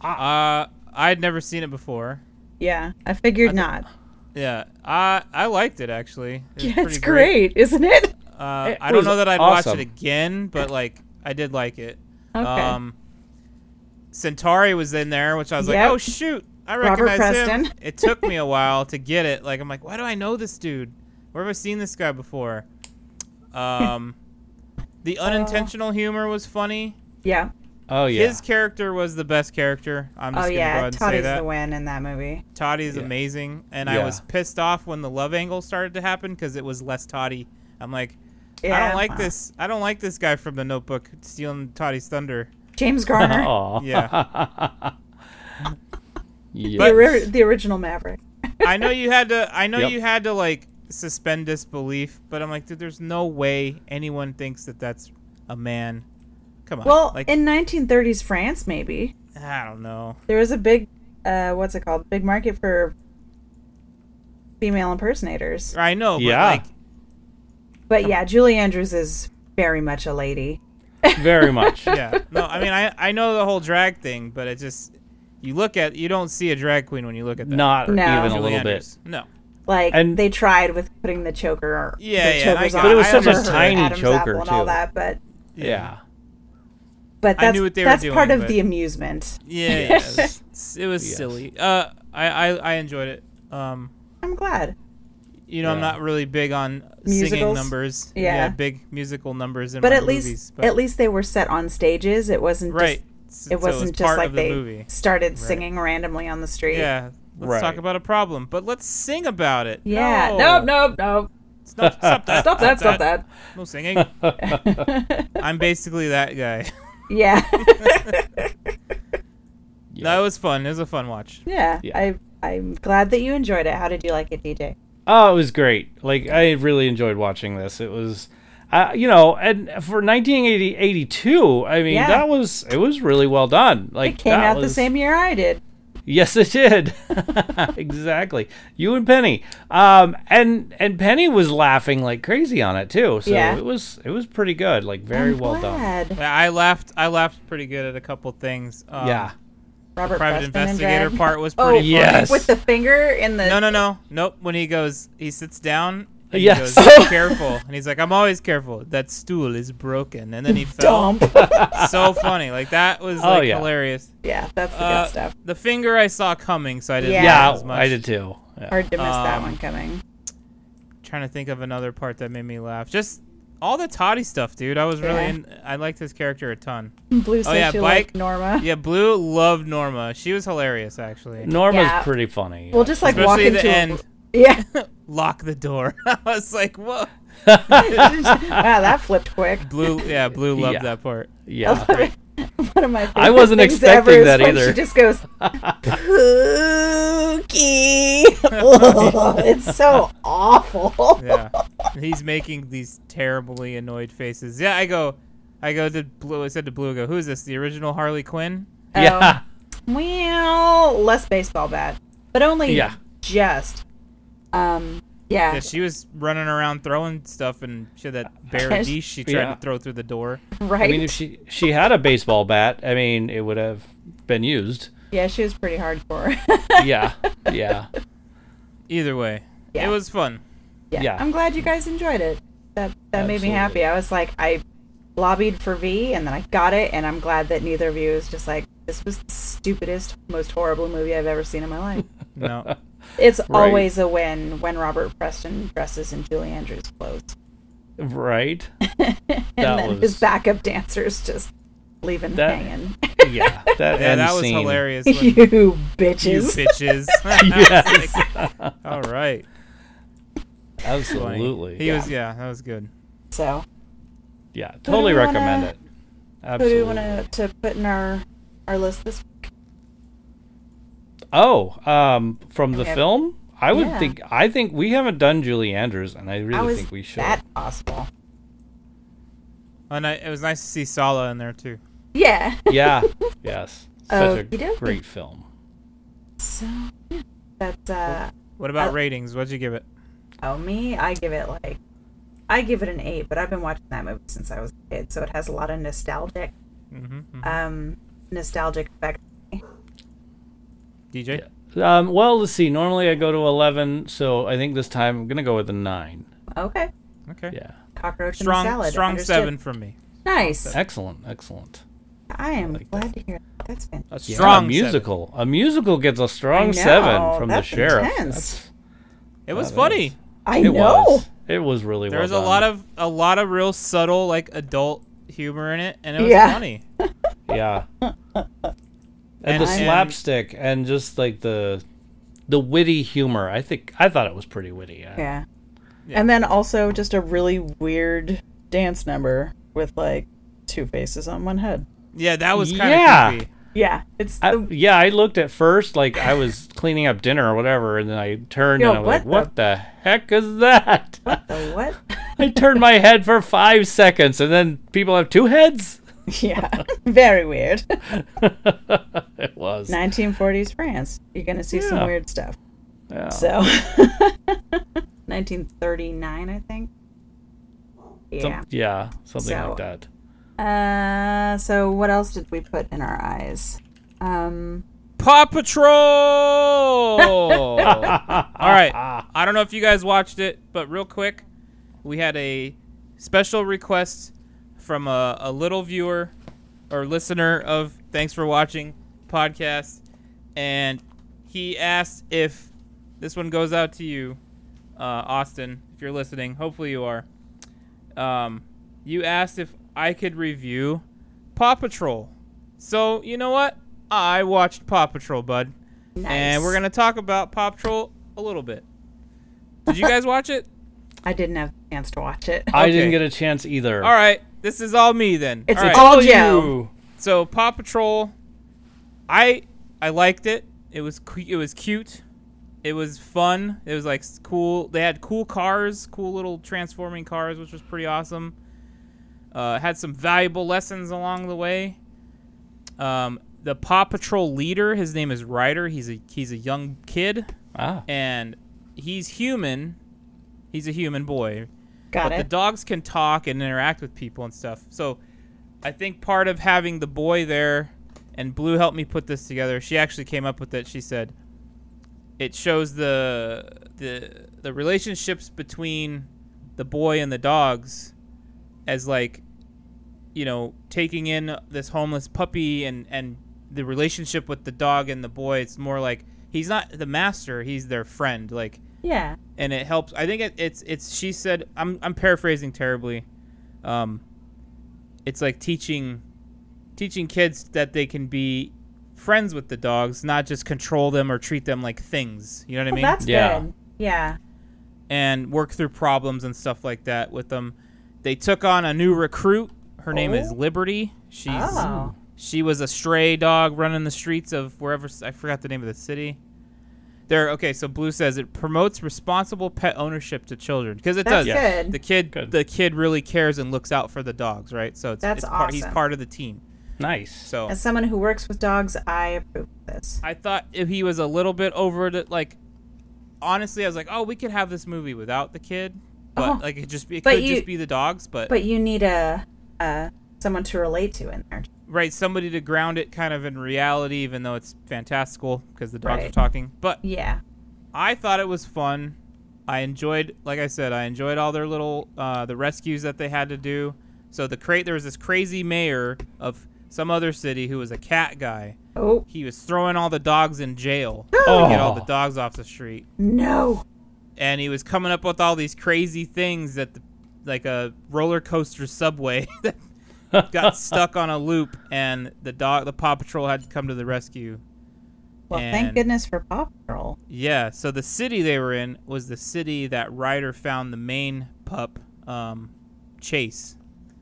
Speaker 6: Uh I'd never seen it before.
Speaker 2: Yeah, I figured not.
Speaker 6: Yeah. I I liked it actually. It was
Speaker 2: Yeah,
Speaker 6: pretty
Speaker 2: it's great, isn't it? [laughs]
Speaker 6: Uh,
Speaker 4: It
Speaker 6: I don't
Speaker 4: was
Speaker 6: know that I'd watch
Speaker 4: awesome.
Speaker 6: it again, but like I did like it.
Speaker 2: Okay.
Speaker 6: Um, Centauri was in there, which I was
Speaker 2: Yep.
Speaker 6: like, oh shoot, I
Speaker 2: Robert
Speaker 6: recognize him.
Speaker 2: Preston. [laughs]
Speaker 6: It took me a while to get it. Like I'm like, why do I know this dude? Where have I seen this guy before?
Speaker 2: [laughs]
Speaker 6: Um,
Speaker 2: Oh.
Speaker 6: the unintentional humor was funny.
Speaker 2: yeah.
Speaker 4: Oh yeah,
Speaker 6: His character was the best character. I'm
Speaker 2: Oh
Speaker 6: just gonna go
Speaker 2: yeah,
Speaker 6: ahead and say
Speaker 2: Toddy's the
Speaker 6: that.
Speaker 2: win in that movie.
Speaker 6: Toddy's
Speaker 4: Yeah.
Speaker 6: amazing, and I
Speaker 4: Yeah.
Speaker 6: was pissed off when the love angle started to happen because it was less Toddy. I'm like, I
Speaker 2: Yeah.
Speaker 6: don't like
Speaker 2: Wow.
Speaker 6: this. I don't like this guy from the Notebook stealing Toddy's thunder.
Speaker 2: James
Speaker 6: [laughs]
Speaker 2: Garner.
Speaker 4: [laughs] Aw.
Speaker 6: Oh,
Speaker 4: [laughs]
Speaker 6: Yeah.
Speaker 4: Yes.
Speaker 2: The, ori- the original
Speaker 6: [laughs]
Speaker 2: Maverick.
Speaker 6: I know you had to. I know
Speaker 4: Yep.
Speaker 6: you had to like suspend disbelief, but I'm like, dude, there's no way anyone thinks that that's a man. Come on.
Speaker 2: Well,
Speaker 6: like
Speaker 2: in 1930s France, maybe
Speaker 6: I don't know.
Speaker 2: there was a big, uh, what's it called? Big market for female impersonators.
Speaker 6: I know.
Speaker 4: Yeah.
Speaker 6: But, like,
Speaker 2: But yeah, Julie Andrews is very much a lady.
Speaker 4: very much.
Speaker 6: [laughs] yeah. No, I mean, I I know the whole drag thing, but it just you look at you don't see a drag queen when you look at that.
Speaker 4: Not
Speaker 2: No.
Speaker 4: even a
Speaker 6: Julie
Speaker 4: little bit.
Speaker 6: Andrews. No.
Speaker 2: Like
Speaker 4: And-
Speaker 2: they tried with putting the choker, or
Speaker 6: Yeah,
Speaker 2: the
Speaker 6: yeah, and I
Speaker 2: chokers
Speaker 6: got-
Speaker 2: on.
Speaker 6: But it was
Speaker 2: I
Speaker 6: such a
Speaker 2: remember her
Speaker 4: tiny
Speaker 2: Adam's
Speaker 4: choker,
Speaker 2: apple and all
Speaker 4: too.
Speaker 2: that. But
Speaker 4: Yeah.
Speaker 2: but
Speaker 6: I
Speaker 2: that's
Speaker 6: knew what they were
Speaker 2: that's
Speaker 6: doing,
Speaker 2: part of
Speaker 6: but-
Speaker 2: the amusement.
Speaker 6: Yeah. yeah, it was, it was
Speaker 4: Yes.
Speaker 6: silly. Uh, I, I I enjoyed it. Um.
Speaker 2: I'm glad.
Speaker 6: you know, I'm
Speaker 4: Yeah.
Speaker 6: not really big on singing
Speaker 2: Musicals?
Speaker 6: numbers.
Speaker 2: Yeah.
Speaker 6: big musical numbers in
Speaker 2: But
Speaker 6: my
Speaker 2: at least
Speaker 6: movies,
Speaker 2: at least they were set on stages. It wasn't
Speaker 6: right.
Speaker 2: Just, it wasn't just
Speaker 6: part
Speaker 2: like
Speaker 6: of the
Speaker 2: they
Speaker 6: movie.
Speaker 2: started singing randomly on the street.
Speaker 6: Yeah, let's
Speaker 4: Right.
Speaker 6: talk about a problem, but let's sing about it.
Speaker 2: Yeah.
Speaker 6: no,
Speaker 2: No, no, no.
Speaker 6: [laughs] Stop, stop that,
Speaker 2: [laughs] Stop that, stop that.
Speaker 6: No singing.
Speaker 4: [laughs]
Speaker 6: I'm basically that guy. [laughs]
Speaker 2: Yeah.
Speaker 6: No, it was fun. It was a fun watch.
Speaker 2: yeah.
Speaker 4: Yeah.
Speaker 2: I I'm glad that you enjoyed it. How did you like it, DJ?
Speaker 4: Oh, it was great. Like I really enjoyed watching this. It was uh, you know, and for 1982, I mean,
Speaker 2: Yeah.
Speaker 4: that was it was really well done. Like
Speaker 2: It came
Speaker 4: that
Speaker 2: out the
Speaker 4: was-
Speaker 2: same year I did.
Speaker 4: Yes, it did. [laughs] exactly. You and Penny. Um, and and Penny was laughing like crazy on it too. So
Speaker 2: Yeah.
Speaker 4: it was it was pretty good. Like very
Speaker 2: I'm
Speaker 4: well done.
Speaker 2: glad.
Speaker 6: Yeah, I laughed. I laughed pretty good at a couple things. Um,
Speaker 4: Yeah.
Speaker 2: Robert
Speaker 6: Private
Speaker 2: Preston and
Speaker 6: investigator
Speaker 2: Drag.
Speaker 6: part was
Speaker 2: [laughs] Oh,
Speaker 6: pretty. funny.
Speaker 4: Yes.
Speaker 2: with the finger in the.
Speaker 6: No, no, no, nope. When he goes, he sits down.
Speaker 4: [laughs]
Speaker 6: And
Speaker 4: Yes.
Speaker 6: He goes, careful. And he's like, I'm always careful. That stool is broken. And then
Speaker 2: [laughs]
Speaker 6: he fell.
Speaker 2: Dump.
Speaker 4: [laughs]
Speaker 6: So funny. Like that was
Speaker 4: Oh,
Speaker 6: like
Speaker 4: yeah.
Speaker 6: hilarious.
Speaker 2: yeah, that's the
Speaker 6: Uh,
Speaker 2: good stuff.
Speaker 6: The finger I saw coming, so I didn't.
Speaker 2: Yeah.
Speaker 6: laugh
Speaker 4: yeah,
Speaker 6: as much.
Speaker 4: I did too. Yeah.
Speaker 2: Hard to miss that
Speaker 6: um,
Speaker 2: one coming.
Speaker 6: Trying to think of another part that made me laugh. Just all the Toddy stuff, dude. I was really.
Speaker 2: Yeah.
Speaker 6: In, I liked his character a ton.
Speaker 2: Blue says
Speaker 6: oh, yeah,
Speaker 2: she
Speaker 6: bike.
Speaker 2: liked Norma.
Speaker 6: Yeah, Blue loved Norma. She was hilarious, actually.
Speaker 4: Norma's
Speaker 2: Yeah.
Speaker 4: pretty funny. [laughs]
Speaker 2: Well, just like walk
Speaker 6: Especially
Speaker 2: into
Speaker 6: the
Speaker 2: a-
Speaker 6: end.
Speaker 2: Yeah. [laughs]
Speaker 6: Lock the door. [laughs] I was like, whoa.
Speaker 2: [laughs] wow, that flipped quick.
Speaker 6: Blue. Yeah, Blue loved
Speaker 4: Yeah.
Speaker 6: that part.
Speaker 2: [laughs]
Speaker 4: yeah.
Speaker 2: One of my favorite
Speaker 4: I wasn't
Speaker 2: things
Speaker 4: expecting
Speaker 2: ever is
Speaker 4: that
Speaker 2: when
Speaker 4: either.
Speaker 2: She just goes, "Pookie." [laughs] it's so awful. [laughs]
Speaker 6: Yeah. And He's making these terribly annoyed faces. Yeah, I go. I go to Blue. I said to Blue, I go, who is this? The original Harley Quinn?
Speaker 4: yeah.
Speaker 2: Well, less baseball bat, but only
Speaker 4: Yeah.
Speaker 2: just. Um, yeah.
Speaker 6: Yeah, she was running around throwing stuff and she
Speaker 2: [laughs]
Speaker 6: had that bear
Speaker 2: Yes.
Speaker 6: dish she tried
Speaker 4: Yeah.
Speaker 6: to throw through the door.
Speaker 2: right.
Speaker 4: I mean, if she she had a baseball bat, I mean, it would have been used.
Speaker 2: yeah, she was pretty hardcore. [laughs]
Speaker 4: Yeah. Yeah.
Speaker 6: Either way,
Speaker 2: Yeah.
Speaker 6: it was fun.
Speaker 2: yeah.
Speaker 4: Yeah.
Speaker 2: I'm glad you guys enjoyed it. That that made me
Speaker 4: Absolutely.
Speaker 2: happy. I was like, I lobbied for V, and then I got it, and I'm glad that neither of you is just like, this was the stupidest, most horrible movie I've ever seen in my
Speaker 4: [laughs]
Speaker 2: life.
Speaker 6: No,
Speaker 2: It's
Speaker 4: Right.
Speaker 2: always a win when Robert Preston dresses in Julie Andrews' clothes.
Speaker 4: Right.
Speaker 2: [laughs] And
Speaker 4: that
Speaker 2: then
Speaker 4: was
Speaker 2: his backup dancers just leaving
Speaker 4: That-
Speaker 2: hanging.
Speaker 4: Yeah. That,
Speaker 6: yeah,
Speaker 4: end
Speaker 6: that was
Speaker 4: scene.
Speaker 2: [laughs]
Speaker 6: hilarious. When
Speaker 2: you
Speaker 6: you
Speaker 2: bitches.
Speaker 6: bitches.
Speaker 4: [laughs]
Speaker 6: [laughs]
Speaker 4: Yes. [laughs]
Speaker 6: All right. Funny.
Speaker 4: Absolutely.
Speaker 6: He was. Yeah, that was good.
Speaker 2: So,
Speaker 4: Yeah, totally
Speaker 2: we
Speaker 4: recommend
Speaker 2: wanna-
Speaker 4: it.
Speaker 2: who do
Speaker 4: Absolutely.
Speaker 2: we want to put in our our list this
Speaker 4: Oh, um, from the
Speaker 2: Okay.
Speaker 4: film, I would
Speaker 2: Yeah.
Speaker 4: think I think we haven't done Julie Andrews, and I
Speaker 2: How
Speaker 4: really
Speaker 2: is
Speaker 4: think we should.
Speaker 2: that possible?
Speaker 6: And I, Oh, it was nice to see Sala in there too.
Speaker 2: Yeah.
Speaker 4: [laughs]
Speaker 2: [laughs]
Speaker 4: Yeah. yes. Such a
Speaker 2: Okey-dokey.
Speaker 4: great film.
Speaker 2: So, yeah. That's, uh,
Speaker 6: What about
Speaker 2: Uh,
Speaker 6: ratings? What'd you give it?
Speaker 2: oh, me, I give it like, I give it an 8, but I've been watching that movie since I was a kid, so it has a lot of nostalgic,
Speaker 6: Mm-hmm.
Speaker 2: um, nostalgic effect.
Speaker 6: DJ.
Speaker 4: Um, well, let's see. Normally I go to eleven, so I think this time I'm gonna go with a nine.
Speaker 2: Okay.
Speaker 6: Okay.
Speaker 4: Yeah.
Speaker 2: Cockroach
Speaker 6: Strong,
Speaker 2: and salad.
Speaker 6: strong
Speaker 2: understood.
Speaker 6: seven from me.
Speaker 2: Nice.
Speaker 4: Excellent. Excellent.
Speaker 2: I am
Speaker 4: like
Speaker 2: glad to hear that. That's fantastic.
Speaker 6: A
Speaker 4: Yeah,
Speaker 6: strong
Speaker 4: a
Speaker 6: seven.
Speaker 4: musical. A musical gets a
Speaker 2: I
Speaker 4: strong
Speaker 2: know,
Speaker 4: seven from the
Speaker 2: that's
Speaker 4: sheriff.
Speaker 2: intense.
Speaker 6: It was
Speaker 4: that
Speaker 6: funny.
Speaker 4: is-
Speaker 2: I
Speaker 4: It
Speaker 2: know.
Speaker 4: was. It was really.
Speaker 6: There
Speaker 4: well
Speaker 6: was a
Speaker 4: done.
Speaker 6: lot of a lot of real subtle like adult humor in it, and it was
Speaker 2: Yeah.
Speaker 6: funny.
Speaker 2: [laughs]
Speaker 4: Yeah. and,
Speaker 6: And-
Speaker 4: the
Speaker 6: and-
Speaker 4: slapstick and just like the the witty humor. I think I thought it was pretty witty. I-
Speaker 2: Yeah.
Speaker 6: Yeah.
Speaker 2: And then also just a really weird dance number with like two faces on one head.
Speaker 6: Yeah, that was kind of
Speaker 4: Yeah.
Speaker 6: creepy.
Speaker 2: Yeah, it's
Speaker 4: I,
Speaker 2: the
Speaker 4: yeah, I looked at first like I was cleaning up dinner or whatever, and then I turned
Speaker 2: Yo,
Speaker 4: and I'm like,
Speaker 2: what the-
Speaker 4: "What the heck is that?"
Speaker 2: the [laughs] what?
Speaker 4: [laughs] I turned my head for five seconds, and then people have two heads. [laughs]
Speaker 2: yeah, very weird. [laughs]
Speaker 4: it was.
Speaker 2: 1940s France. You're gonna see
Speaker 4: Yeah.
Speaker 2: some weird stuff.
Speaker 4: Yeah.
Speaker 2: So, [laughs] 1939, I think.
Speaker 4: Some-
Speaker 2: Yeah.
Speaker 4: yeah, something
Speaker 2: So-
Speaker 4: like that.
Speaker 2: Uh, so what else did we put in our eyes? Um,
Speaker 6: Paw Patrol. All right. I don't know if you guys watched it, but real quick, we had a special request from a, a little viewer or listener of Thanks for Watching podcast, and he asked if this one goes out to you, uh, Austin, if you're listening. Hopefully you are. Um, you asked if I could review Paw Patrol. So you know what? I watched Paw Patrol, bud, and we're gonna talk about Paw Patrol a little bit. Did you guys watch
Speaker 2: [laughs]
Speaker 6: it?
Speaker 2: I didn't have a chance to watch it.
Speaker 4: I
Speaker 6: Okay.
Speaker 4: didn't get a chance either.
Speaker 6: All right, this is all me then.
Speaker 2: [laughs] It's
Speaker 6: all right.
Speaker 2: all Joe.
Speaker 4: you.
Speaker 6: so Paw Patrol, I I liked it. It was cu- it was cute. It was fun. It was like s- cool. They had cool cars, cool little transforming cars, which was pretty awesome. Uh, had some valuable lessons along the way. Um, the Paw Patrol leader, his name is Ryder. He's a he's a young kid,
Speaker 4: Ah,
Speaker 6: and he's human. He's a human boy,
Speaker 7: Got
Speaker 6: but the
Speaker 7: it.
Speaker 6: dogs can talk and interact with people and stuff. So I think part of having the boy there and Blue helped me put this together. She actually came up with it. She said it shows the the the relationships between the boy and the dogs as like you know taking in this homeless puppy and and the relationship with the dog and the boy it's more like he's not the master he's their friend like
Speaker 2: Yeah.
Speaker 6: and it helps. I think it, it's it's. She said, "I'm I'm paraphrasing terribly." Um, it's like teaching teaching kids that they can be friends with the dogs, not just control them or treat them like things. You know what I
Speaker 2: Well,
Speaker 6: mean?
Speaker 2: Oh, that's
Speaker 4: Yeah.
Speaker 2: good. Yeah.
Speaker 6: and work through problems and stuff like that with them. They took on a new recruit. Her name is
Speaker 7: Oh.
Speaker 6: Liberty. She's
Speaker 2: Oh.
Speaker 6: she was a stray dog running the streets of wherever I forgot the name of the city. There, okay. So Blue says it promotes responsible pet ownership to children because it
Speaker 2: That's
Speaker 6: does.
Speaker 2: Yes. good.
Speaker 6: The kid,
Speaker 4: Good.
Speaker 6: the kid really cares and looks out for the dogs, right? So it's,
Speaker 2: That's
Speaker 6: it's part, he's
Speaker 2: awesome.
Speaker 6: part of the team.
Speaker 4: nice.
Speaker 6: So
Speaker 2: As someone who works with dogs, I approve of this.
Speaker 6: I thought if he was a little bit over the like. Honestly, I was like, oh, we could have this movie without the kid, but
Speaker 2: Oh.
Speaker 6: like it just be, it
Speaker 2: But
Speaker 6: could
Speaker 2: you-
Speaker 6: just be the dogs, but,
Speaker 2: But you need a, a someone to relate to in there.
Speaker 6: right somebody to ground it kind of in reality, even though it's fantastical because the dogs are
Speaker 2: Right.
Speaker 6: talking. But
Speaker 2: Yeah.
Speaker 6: I thought it was fun. I enjoyed, like I said, I enjoyed all their little uh, the rescues that they had to do. So the crate, there was this crazy mayor of some other city who was a cat guy.
Speaker 2: Oh
Speaker 6: He was throwing all the dogs in jail to get all the
Speaker 4: Oh,
Speaker 6: dogs off the street,
Speaker 2: no.
Speaker 6: and he was coming up with all these crazy things that, the, like a roller coaster subway [laughs] that got stuck on a loop, and the dog, the Paw Patrol had to come to the rescue.
Speaker 2: Well,
Speaker 6: And-
Speaker 2: thank goodness for Paw Patrol.
Speaker 6: Yeah, so the city they were in was the city that Ryder found the main pup, um, Chase.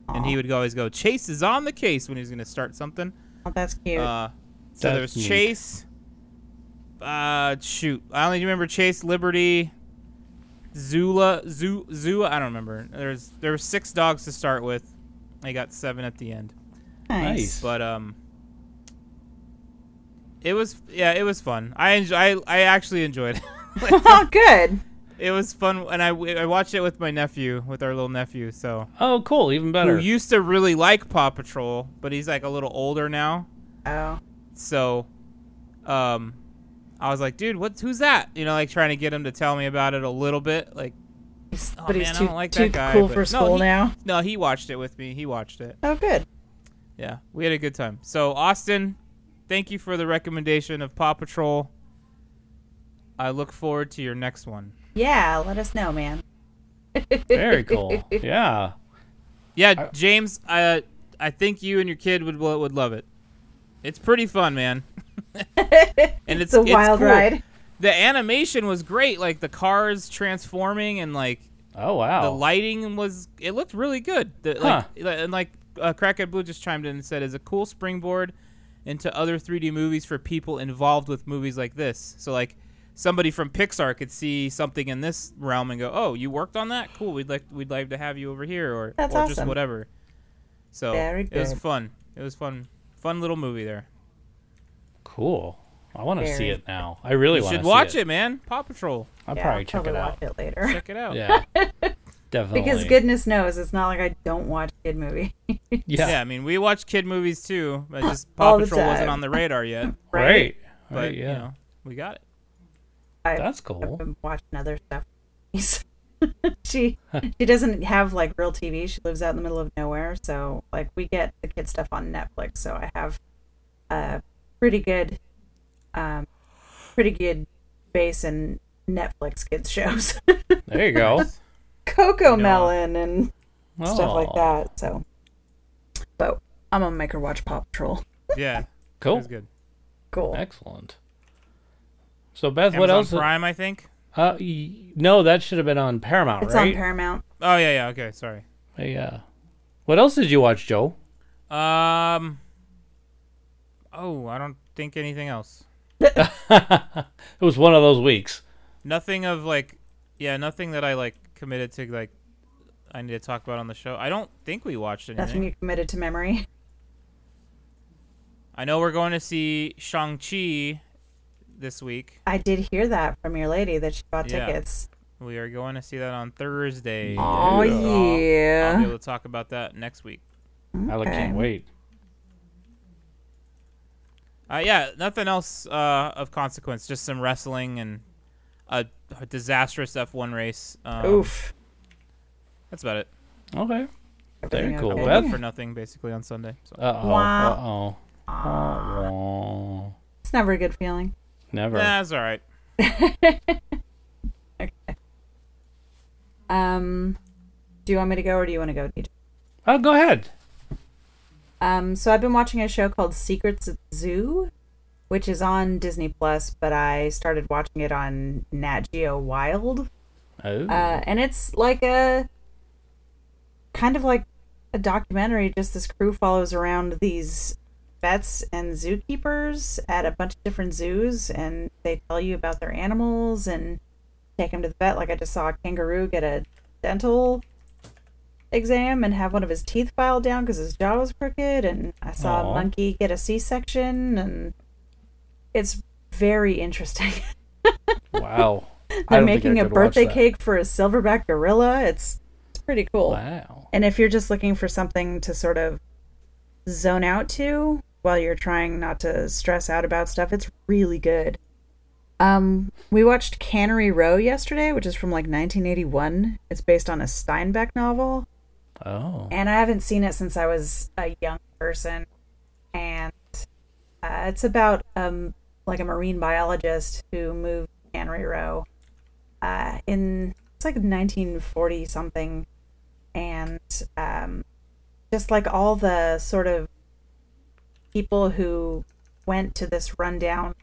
Speaker 6: And he would always go, Chase is on the case when he was going to start something.
Speaker 2: Oh, that's cute.
Speaker 6: Uh, so there was
Speaker 4: That's neat.
Speaker 6: Chase. Uh, shoot. I only remember Chase, Liberty, Zula, Zoo, Zula. I don't remember. There's There were six dogs to start with. They got seven at the end.
Speaker 4: nice.
Speaker 6: But um, it was yeah, it was fun. I enjoy, I I actually enjoyed it. Like,
Speaker 2: [laughs] oh, good.
Speaker 6: it was fun, and I I watched it with my nephew, with our little nephew. So
Speaker 4: Oh, cool. Even
Speaker 6: who
Speaker 4: better.
Speaker 6: used to really like Paw Patrol, but he's like a little older now.
Speaker 2: Oh,
Speaker 6: So, um, I was like, dude, what's who's that? You know, like trying to get him to tell me about it a little bit, like. "Oh,
Speaker 7: but he's
Speaker 6: man, I
Speaker 7: too,
Speaker 6: don't like
Speaker 7: too
Speaker 6: that guy,
Speaker 7: cool
Speaker 6: but-
Speaker 7: for
Speaker 6: No,
Speaker 7: school
Speaker 6: he-
Speaker 7: now.
Speaker 6: No, he watched it with me. He watched it.
Speaker 2: oh, good.
Speaker 6: Yeah, we had a good time. So Austin, thank you for the recommendation of Paw Patrol. I look forward to your next one.
Speaker 2: Yeah, let us know, man.
Speaker 6: [laughs]
Speaker 4: Very cool. Yeah.
Speaker 6: Yeah, James, I I think you and your kid would would love it. It's pretty
Speaker 2: [laughs]
Speaker 6: fun, man. and it's,
Speaker 2: It's a wild
Speaker 6: cool.
Speaker 2: ride.
Speaker 6: The animation was great, like the cars transforming and like
Speaker 4: Oh wow.
Speaker 6: the lighting was it looked really good the,
Speaker 4: Huh.
Speaker 6: like and like uh, crackhead blue just chimed in and said is a cool springboard into other 3d movies for people involved with movies like this so like somebody from pixar could see something in this realm and go oh you worked on that cool we'd like we'd like to have you over here or,
Speaker 2: That's
Speaker 6: or just
Speaker 2: awesome.
Speaker 6: whatever so
Speaker 2: Very
Speaker 6: it was
Speaker 2: good.
Speaker 6: fun it was fun fun little movie there
Speaker 4: Cool. I want to see
Speaker 2: Very.
Speaker 4: it now. I really
Speaker 6: you
Speaker 4: want to
Speaker 6: should
Speaker 4: see
Speaker 6: watch
Speaker 4: it.
Speaker 6: it. man paw patrol
Speaker 4: I'll
Speaker 2: Yeah,
Speaker 4: probably
Speaker 2: I'll
Speaker 4: check it out.
Speaker 2: watch it later.
Speaker 6: check it out
Speaker 4: Yeah. Definitely.
Speaker 2: [laughs] Because goodness knows, it's not like I don't watch kid movie. [laughs]
Speaker 4: Yeah.
Speaker 6: i mean we watch kid movies too but just paw
Speaker 2: All the
Speaker 6: patrol wasn't
Speaker 2: time.
Speaker 6: on the radar yet
Speaker 2: [laughs]
Speaker 4: Right.
Speaker 2: right?
Speaker 4: Right.
Speaker 6: but
Speaker 4: yeah.
Speaker 6: you know we got it
Speaker 2: I-
Speaker 4: That's
Speaker 2: I've
Speaker 4: cool.
Speaker 2: been watching other stuff. [laughs] she she doesn't have like real TV. She lives out in the middle of nowhere, so like we get the kid stuff on Netflix. So I have a pretty good, um, pretty good base in Netflix kids [laughs] shows,
Speaker 4: There you go. [laughs]
Speaker 2: Coco
Speaker 6: No.
Speaker 2: Melon and stuff
Speaker 4: Oh,
Speaker 2: like that. So, but I'm gonna make her watch Paw Patrol.
Speaker 6: yeah It
Speaker 4: Cool.
Speaker 6: was good.
Speaker 2: Cool.
Speaker 4: Excellent. So Beth,
Speaker 6: Amazon
Speaker 4: what else?
Speaker 6: Prime, I think.
Speaker 4: Uh, y- no, that should have been on Paramount,
Speaker 2: It's on
Speaker 4: right?
Speaker 2: Paramount.
Speaker 6: Oh yeah, yeah. Okay, sorry.
Speaker 4: yeah. What else did you watch, Joe?
Speaker 6: Um. Oh, I don't think anything else.
Speaker 4: it was one of those weeks.
Speaker 6: nothing of like, yeah, nothing that I like committed to like. I need to talk about on the show. I don't think we watched anything.
Speaker 2: Nothing you committed to memory.
Speaker 6: I know we're going to see Shang Chi this week.
Speaker 2: I did hear that from your lady that she bought
Speaker 6: Yeah.
Speaker 2: tickets.
Speaker 6: We are going to see that on Thursday.
Speaker 7: Oh
Speaker 6: I'll be
Speaker 7: yeah.
Speaker 6: able to talk about that next week.
Speaker 4: I like,
Speaker 2: Okay.
Speaker 4: can't wait.
Speaker 6: Uh, yeah, nothing else uh, of consequence. Just some wrestling and a disastrous F1 race. Um,
Speaker 7: Oof.
Speaker 6: That's about it.
Speaker 4: Okay. Very
Speaker 2: Everything
Speaker 4: cool,
Speaker 2: okay?
Speaker 6: All
Speaker 4: Beth.
Speaker 6: up for nothing basically on Sunday. So.
Speaker 4: Uh oh. Uh
Speaker 2: Wow.
Speaker 4: oh. Oh.
Speaker 2: It's never a good feeling.
Speaker 4: Never.
Speaker 6: Nah, it's all right.
Speaker 2: Um, do you want me to go or do you want to go, DJ?
Speaker 4: Oh, go ahead.
Speaker 2: Um, so I've been watching a show called Secrets at the Zoo, which is on Disney Plus, but I started watching it on Nat Geo Wild,
Speaker 4: Oh.
Speaker 2: uh, and it's like a kind of like a documentary. Just this crew follows around these vets and zookeepers at a bunch of different zoos, and they tell you about their animals and take them to the vet. Like I just saw a kangaroo get a dental exam and have one of his teeth filed down because his jaw was crooked, and I saw
Speaker 4: Aw.
Speaker 2: a monkey get a C-section, and it's very interesting. [laughs]
Speaker 4: wow. I
Speaker 2: They're
Speaker 4: don't think I
Speaker 2: making a
Speaker 4: could watch
Speaker 2: birthday
Speaker 4: that.
Speaker 2: cake for a silverback gorilla. It's it's pretty cool.
Speaker 4: Wow.
Speaker 2: And if you're just looking for something to sort of zone out to while you're trying not to stress out about stuff, it's really good. Um, we watched Cannery Row yesterday, which is from like 1981. It's based on a Steinbeck novel
Speaker 4: Oh.
Speaker 2: and I haven't seen it since I was a young person. And uh, it's about um like a marine biologist who moved to Cannery Row uh, in it's like 1940 something, and um, just like all the sort of people who went to this rundown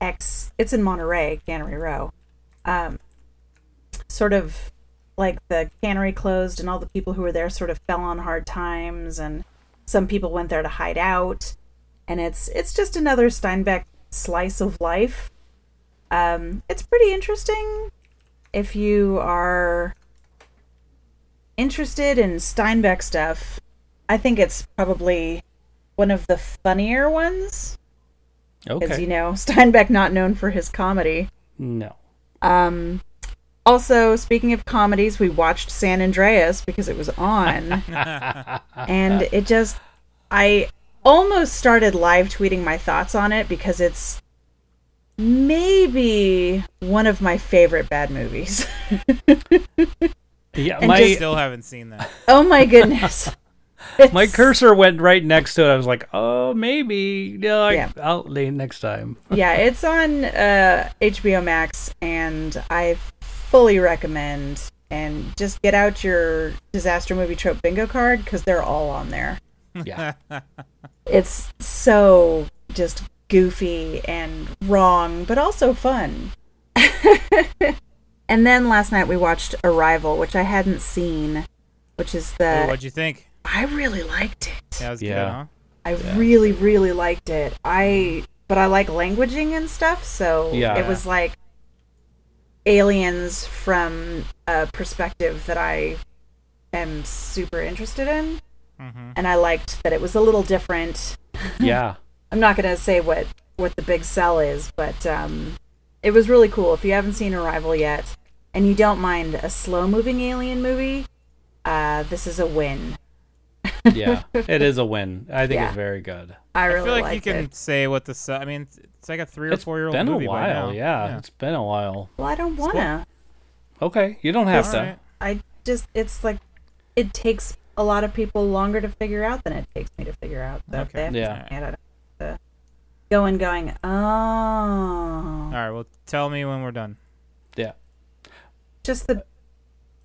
Speaker 2: ex it's in Monterey, Cannery Row. Um, sort of like the cannery closed and all the people who were there sort of fell on hard times and some people went there to hide out and it's it's just another steinbeck slice of life um, it's pretty interesting if you are interested in steinbeck stuff i think it's probably one of the funnier ones because
Speaker 4: Okay.
Speaker 2: you know [laughs] steinbeck not known for his comedy
Speaker 4: no.
Speaker 2: um, also, speaking of comedies, we watched San Andreas because it was on, and it just I almost started live tweeting my thoughts on it because it's maybe one of my favorite bad movies. [laughs]
Speaker 4: Yeah.
Speaker 2: and
Speaker 4: My
Speaker 2: just-
Speaker 6: Still haven't seen that.
Speaker 2: oh my goodness.
Speaker 4: my
Speaker 2: It's-
Speaker 4: cursor went right next to it. I was like, oh, maybe. Yeah. I,
Speaker 2: Yeah.
Speaker 4: I'll lay next time.
Speaker 2: yeah, it's on uh, HBO Max, and I fully recommend. And just get out your disaster movie trope bingo card because they're all on there.
Speaker 4: Yeah.
Speaker 2: It's so just goofy and wrong, but also fun. and then last night we watched Arrival, which I hadn't seen, which is
Speaker 6: Ooh,
Speaker 2: the
Speaker 6: [laughs] what'd you think?
Speaker 2: I really liked it.
Speaker 6: Yeah, it was
Speaker 4: Yeah.
Speaker 6: good,
Speaker 2: I really, really liked it. I but I like languaging and stuff, so
Speaker 4: Yeah.
Speaker 2: it was like aliens from a perspective that I am super interested in.
Speaker 4: Mm-hmm.
Speaker 2: And I liked that it was a little different.
Speaker 4: yeah.
Speaker 2: I'm not gonna say what what the big sell is, but um, it was really cool. If you haven't seen Arrival yet, and you don't mind a slow moving alien movie, uh, this is a win. [laughs]
Speaker 4: Yeah. it is a win. I think
Speaker 2: Yeah.
Speaker 4: it's very good.
Speaker 2: I
Speaker 6: huh?
Speaker 2: really
Speaker 6: I feel like you
Speaker 2: liked
Speaker 6: can
Speaker 2: it.
Speaker 6: say what the. su- I mean, it's- it's like a three or
Speaker 4: It's
Speaker 6: four year old
Speaker 4: been
Speaker 6: movie
Speaker 4: a
Speaker 6: by
Speaker 4: while.
Speaker 6: now.
Speaker 4: Yeah, It's been a while.
Speaker 2: Well, I don't wanna.
Speaker 4: Okay. You don't have
Speaker 6: All
Speaker 4: to.
Speaker 6: right.
Speaker 2: I just it's like it takes a lot of people longer to figure out than it takes me to figure out. So if
Speaker 6: Okay.
Speaker 2: they have
Speaker 4: Yeah.
Speaker 2: to, I don't have to go and going. Oh,
Speaker 6: All right. Well, tell me when we're done.
Speaker 4: Yeah.
Speaker 2: just the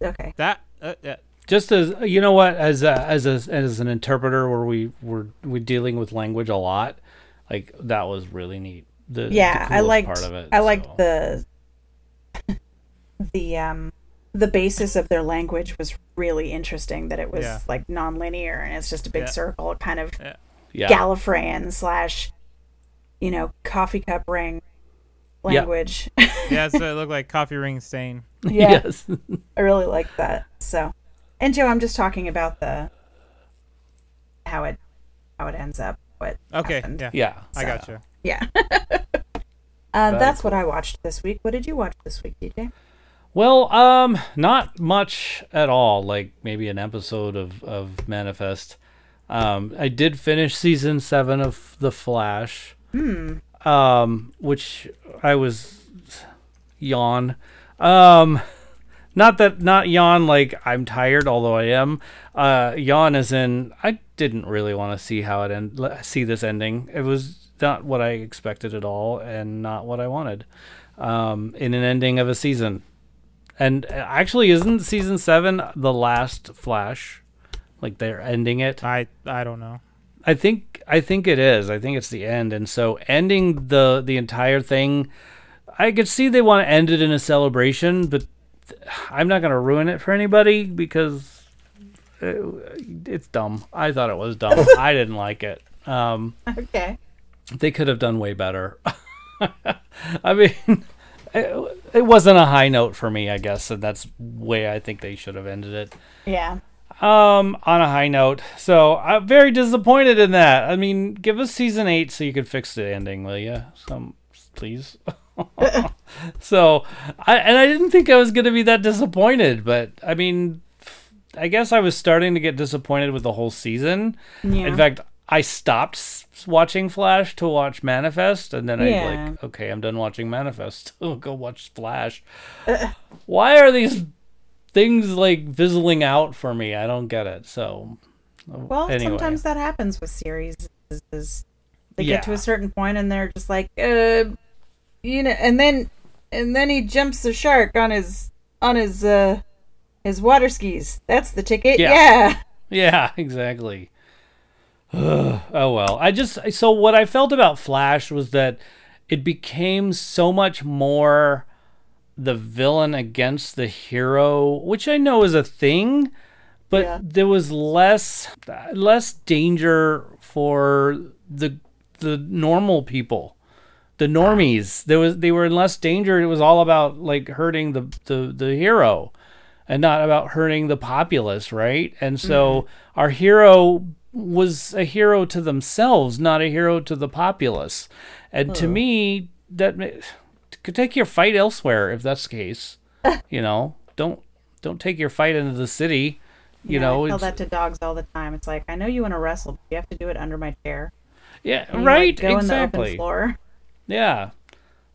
Speaker 2: okay.
Speaker 6: That. Uh, yeah.
Speaker 4: just as you know what as a, as a, as an interpreter where we were we dealing with language a lot like that was really neat the
Speaker 2: yeah
Speaker 4: the
Speaker 2: i
Speaker 4: coolest
Speaker 2: liked
Speaker 4: part of it
Speaker 2: i liked
Speaker 4: so.
Speaker 2: the [laughs] the um the basis of their language was really interesting that it was
Speaker 6: Yeah.
Speaker 2: like nonlinear and it's just a big
Speaker 6: Yeah.
Speaker 2: circle kind of
Speaker 4: yeah [laughs]
Speaker 2: gallifreyan slash you know coffee cup ring
Speaker 4: Yeah. [laughs]
Speaker 2: language. [laughs]
Speaker 6: Yeah, so it looked like coffee ring stain.
Speaker 2: Yeah.
Speaker 4: yes.
Speaker 2: I really like that. So, and Joe, I'm just talking about the how it how it ends up. What? [laughs]
Speaker 6: Okay,
Speaker 2: happened.
Speaker 6: yeah,
Speaker 4: Yeah.
Speaker 6: I got you.
Speaker 2: Yeah. Uh,
Speaker 4: Very
Speaker 2: that's what I watched this week. What did you watch this week, DJ?
Speaker 4: Well, um, not much at all. Like maybe an episode of of Manifest. Um, I did finish season seven of The Flash, um, which I was yawn. Um, not that not yawn like I'm tired, although I am. Uh, yawn as in I didn't really want to see how it end. le- See this ending. It was not what I expected at all, and not what I wanted. Um, in an ending of a season, and uh, actually, isn't season seven the last Flash? Like they're ending it.
Speaker 6: I I don't know.
Speaker 4: I think I think it is. I think it's the end. And so ending the the entire thing, I could see they want to end it in a celebration, but th- I'm not going to ruin it for anybody because it, it's dumb. I thought it was dumb. I didn't like it. Um,
Speaker 2: Okay.
Speaker 4: they could have done way better. [laughs] I mean, [laughs] it, it wasn't a high note for me, I guess, and that's way I think they should have ended it
Speaker 2: Yeah.
Speaker 4: um on a high note so i'm very disappointed in that i mean give us season eight so you could fix the ending will you some please [laughs] so i and i didn't think i was going to be that disappointed but i mean i guess i was starting to get disappointed with the whole season in fact i stopped s- watching flash to watch manifest and then i
Speaker 2: Yeah.
Speaker 4: like okay i'm done watching manifest [laughs] go watch flash why are these things like fizzling out for me. I don't get it. So,
Speaker 2: Well,
Speaker 4: anyway.
Speaker 2: sometimes that happens with series. Is, is they get to
Speaker 4: Yeah.
Speaker 2: a certain point and they're just like, uh, you know, and then and then he jumps the shark on his on his uh his water skis. That's the ticket.
Speaker 4: Yeah.
Speaker 2: yeah.
Speaker 4: yeah, [laughs] exactly. [sighs] Ugh, oh well. I just so what I felt about Flash was that it became so much more the villain against the hero, which I know is a thing, but
Speaker 2: Yeah.
Speaker 4: there was less less danger for the the normal people. the normies. There was they were in less danger. It was all about like hurting the the, the hero, and not about hurting the populace, right? And so
Speaker 2: Mm-hmm.
Speaker 4: our hero was a hero to themselves, not a hero to the populace. And to me, that ma- could take your fight elsewhere if that's the
Speaker 2: [laughs]
Speaker 4: case. you know, don't don't take your fight into the city. You
Speaker 2: Yeah,
Speaker 4: know,
Speaker 2: I tell
Speaker 4: it's,
Speaker 2: that to dogs all the time. It's like I know you want to wrestle, but you have to do it under my chair.
Speaker 4: yeah,
Speaker 2: And you, like,
Speaker 4: right,
Speaker 2: go
Speaker 4: exactly.
Speaker 2: In the open floor. [laughs]
Speaker 4: Yeah.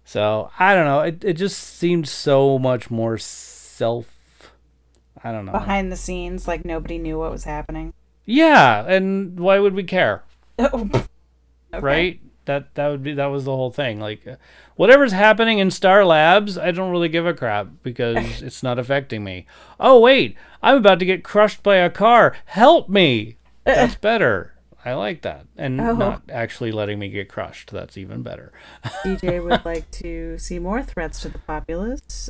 Speaker 4: So I don't know. It it just seemed so much more self. I don't know.
Speaker 2: behind the scenes, like nobody knew what
Speaker 4: [laughs]
Speaker 2: was happening.
Speaker 4: Yeah, and why would we care,
Speaker 2: Oh, pff. Okay.
Speaker 4: right? That that would be that was the whole thing. Like, uh, whatever's happening in Star Labs, I don't really give a crap
Speaker 2: [laughs]
Speaker 4: because it's not affecting me. Oh wait, I'm about to get crushed by a car. Help
Speaker 2: [laughs]
Speaker 4: me. That's better. I like that, and
Speaker 2: Oh.
Speaker 4: not actually letting me get crushed. That's even better.
Speaker 2: DJ would like to see more threats to the populace.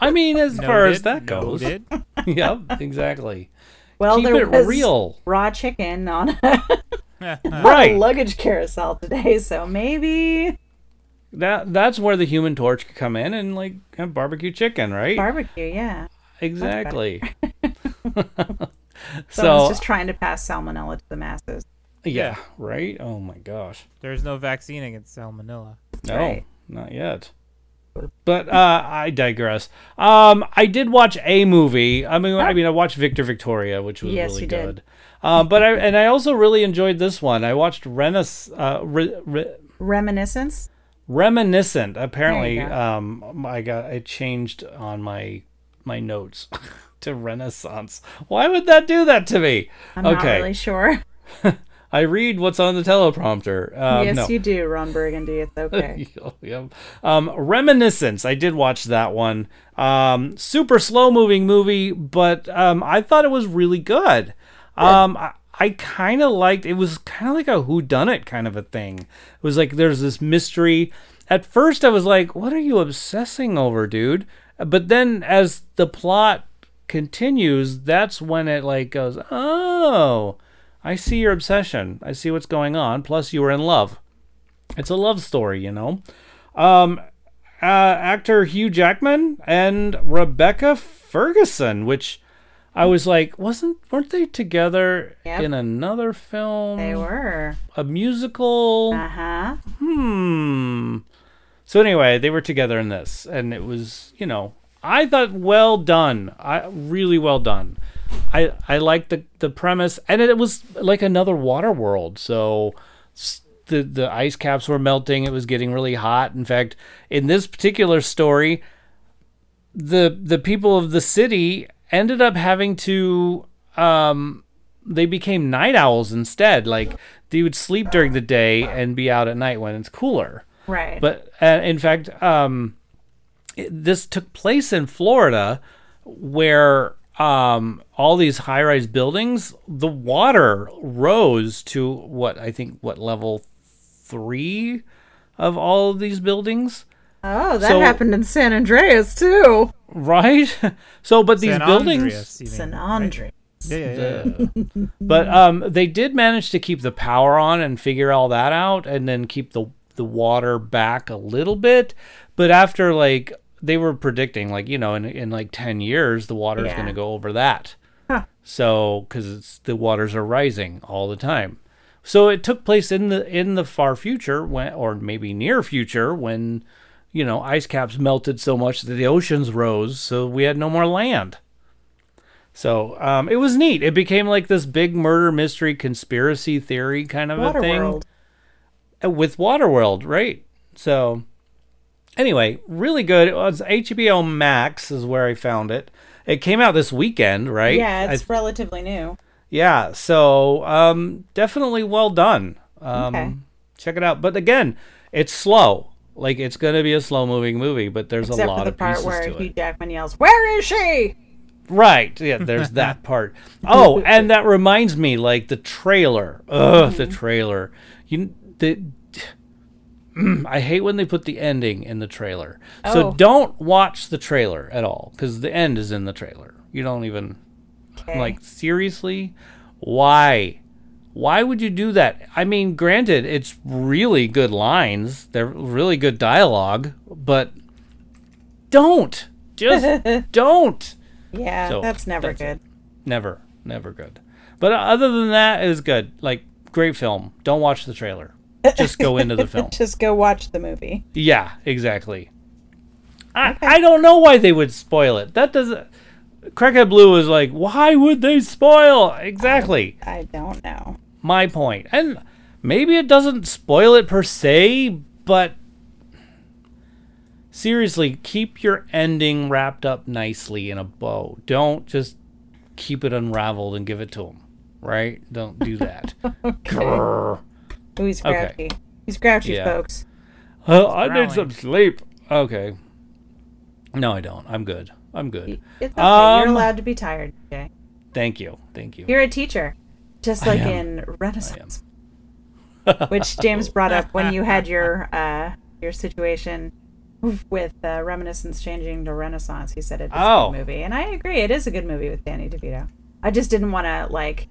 Speaker 4: I mean, as far as
Speaker 6: Noted,
Speaker 4: that goes,
Speaker 6: noted.
Speaker 4: [laughs] yep, exactly.
Speaker 2: Well,
Speaker 4: Keep
Speaker 2: there
Speaker 4: it
Speaker 2: was
Speaker 4: real.
Speaker 2: raw chicken on a
Speaker 4: Right.
Speaker 2: luggage carousel today, so maybe
Speaker 4: that that's where the human torch could come in and like have barbecue chicken, right?
Speaker 2: barbecue. Yeah, [laughs]
Speaker 4: exactly.
Speaker 2: someone's
Speaker 4: so
Speaker 2: just trying to pass salmonella to the masses.
Speaker 4: yeah, right? Oh my gosh.
Speaker 6: There's no vaccine against salmonella.
Speaker 4: No,
Speaker 2: Right.
Speaker 4: not yet. But uh, I digress. Um, I did watch a movie. I mean, I mean, I watched Victor Victoria, which was
Speaker 2: Oh. Yes,
Speaker 4: really
Speaker 2: you did.
Speaker 4: good. Um, but I and I also really enjoyed this one. I watched Renas, uh, re, re,
Speaker 2: Reminiscence.
Speaker 4: reminiscent apparently
Speaker 2: There you go.
Speaker 4: um i got i changed on my my notes [laughs] to renaissance why would that do that to me
Speaker 2: I'm not
Speaker 4: okay
Speaker 2: really sure.
Speaker 4: i read what's on the teleprompter um,
Speaker 2: [laughs] yes,
Speaker 4: no.
Speaker 2: you do, Ron Burgundy.
Speaker 4: [laughs]
Speaker 2: It's okay.
Speaker 4: Yep. Um, Reminiscence. I did watch that one. Um, super slow moving movie, but um, I thought it was really good. Um, I, I kind of liked. It was kind of like a whodunit kind of a thing. It was like there's this mystery. At first, I was like, "What are you obsessing over, dude?" But then, as the plot continues, that's when it like goes, "Oh." I see your obsession. I see what's going on. Plus, you were in love it's a love story, you know. Um, uh, actor Hugh Jackman and Rebecca Ferguson, which I was like, wasn't weren't they together
Speaker 2: Yep.
Speaker 4: in another film?
Speaker 2: They were.
Speaker 4: a musical.
Speaker 2: Uh huh.
Speaker 4: Hmm. So anyway, they were together in this, and it was you know I thought well done, I really well done. I I liked the the premise, and it was like another water world. So s- the the ice caps were melting. It was getting really hot. In fact, in this particular story, the the people of the city ended up having to um they became night owls instead like they would sleep during the day and be out at night when it's cooler
Speaker 2: Right.
Speaker 4: but uh, in fact um it- this took place in Florida where um all these high-rise buildings the water rose to what I think what level 3 of all of these buildings [laughs]
Speaker 2: oh, that
Speaker 4: so-
Speaker 2: happened in San Andreas too.
Speaker 4: right so but these
Speaker 6: San
Speaker 4: buildings
Speaker 6: Andreas, you mean,
Speaker 2: San
Speaker 6: right?
Speaker 2: Andre.
Speaker 6: Yeah, yeah,
Speaker 4: [laughs]
Speaker 6: yeah, yeah.
Speaker 4: But um, they did manage to keep the power on and figure all that out, and then keep the the water back a little bit. But after like they were predicting, like you know, in in like ten years, the water is
Speaker 2: Yeah.
Speaker 4: going to go over that. So because it's the waters are rising all the time. So it took place in the in the far future when, or maybe near future when, you know, ice caps melted so much that the oceans rose, so we had no more land. So um, it was neat. It became like this big murder mystery conspiracy theory kind of a thing
Speaker 2: Waterworld.
Speaker 4: Uh, with Waterworld, right? So anyway, really good. It was HBO Max is where I found it. It came out this weekend, right?
Speaker 2: Yeah,
Speaker 4: I
Speaker 2: it's relatively new.
Speaker 4: yeah so um definitely well done um
Speaker 2: Okay.
Speaker 4: check it out but again it's slow like it's gonna be a slow moving movie but there's a
Speaker 2: Except
Speaker 4: lot
Speaker 2: for the
Speaker 4: of
Speaker 2: part
Speaker 4: pieces
Speaker 2: where
Speaker 4: to
Speaker 2: Hugh
Speaker 4: it
Speaker 2: Jackman yells, "Where is she?"
Speaker 4: right yeah there's
Speaker 2: [laughs]
Speaker 4: that part oh and that reminds me like the trailer ugh
Speaker 2: Mm-hmm.
Speaker 4: the trailer you the [clears throat] I hate when they put the ending in the trailer. So
Speaker 2: Oh.
Speaker 4: don't watch the trailer at all because the end is in the trailer. You don't even I'm like seriously, why? Why would you do that? I mean, granted, it's really good lines. They're really good dialogue, but don't just don't.
Speaker 2: Yeah,
Speaker 4: So,
Speaker 2: that's never
Speaker 4: that's it.
Speaker 2: good.
Speaker 4: Never, never good. But other than that, it was good. Like great film. Don't watch the trailer. Just go into the
Speaker 2: [laughs]
Speaker 4: film.
Speaker 2: Just go watch the movie.
Speaker 4: Yeah, exactly. I, I don't know why they would spoil it. That doesn't. Crackhead Blue is like, why would they spoil? Exactly
Speaker 2: I don't know. [laughs]
Speaker 4: my point. And maybe it doesn't spoil it per se, but seriously, keep your ending wrapped up nicely in a bow. Don't just keep it unraveled and give it to him, right? Don't do
Speaker 2: [laughs]
Speaker 4: that. Grrr.
Speaker 2: Ooh, Oh, he's
Speaker 4: Okay.
Speaker 2: grouchy. He's grouchy,
Speaker 4: Yeah.
Speaker 2: folks.
Speaker 4: Oh, I
Speaker 6: growling.
Speaker 4: need some sleep. Okay. No, I don't. I'm good. I'm good.
Speaker 2: It's okay. You're
Speaker 4: Um,
Speaker 2: allowed to be tired, Jay.
Speaker 4: Thank you. Thank you.
Speaker 2: You're a teacher, just like
Speaker 4: am.
Speaker 2: in
Speaker 4: [laughs]
Speaker 2: Renaissance, which James brought up when you had your uh, your situation with uh, Reminiscence changing to Renaissance. He said it is
Speaker 4: Oh.
Speaker 2: a good movie, and I agree. It is a good movie with Danny DeVito. I just didn't want to like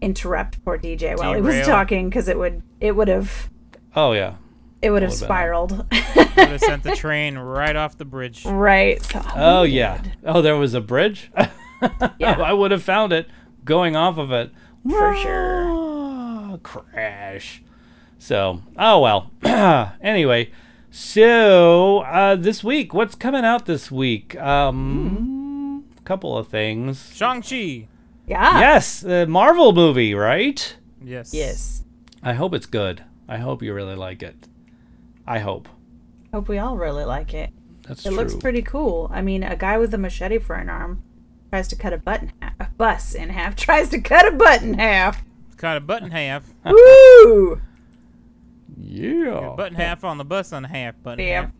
Speaker 2: interrupt poor DJ while he was
Speaker 6: Derail.
Speaker 2: talking because it would it would have
Speaker 4: Oh, yeah.
Speaker 2: it would have
Speaker 4: would've been-
Speaker 2: spiraled, [laughs]
Speaker 4: [laughs]
Speaker 6: Would have sent the train right off the bridge.
Speaker 2: right? So,
Speaker 4: Oh, yeah. Oh, there was a bridge? [laughs]
Speaker 2: yeah.
Speaker 4: I would have found it going off of it.
Speaker 2: For sure.
Speaker 4: Uh, [sighs] Crash. So, oh well. [clears throat] anyway, so uh, this week, what's coming out this week? Um, couple of things.
Speaker 6: Shang-Chi.
Speaker 2: yeah.
Speaker 4: Yes, the Marvel movie, right?
Speaker 6: Yes.
Speaker 2: Yes.
Speaker 4: I hope it's good. I hope you really like it. I hope.
Speaker 2: Hope we all really like it.
Speaker 4: That's
Speaker 2: It
Speaker 4: true.
Speaker 2: looks pretty cool. I mean, a guy with a machete for an arm tries to cut a button half, a bus in half. [laughs] Tries to cut a button
Speaker 4: [laughs]
Speaker 2: half.
Speaker 6: Cut a button half.
Speaker 4: Oh,
Speaker 2: Woo!
Speaker 4: Yeah.
Speaker 6: Button half on the bus on half button
Speaker 2: Yep.
Speaker 6: half.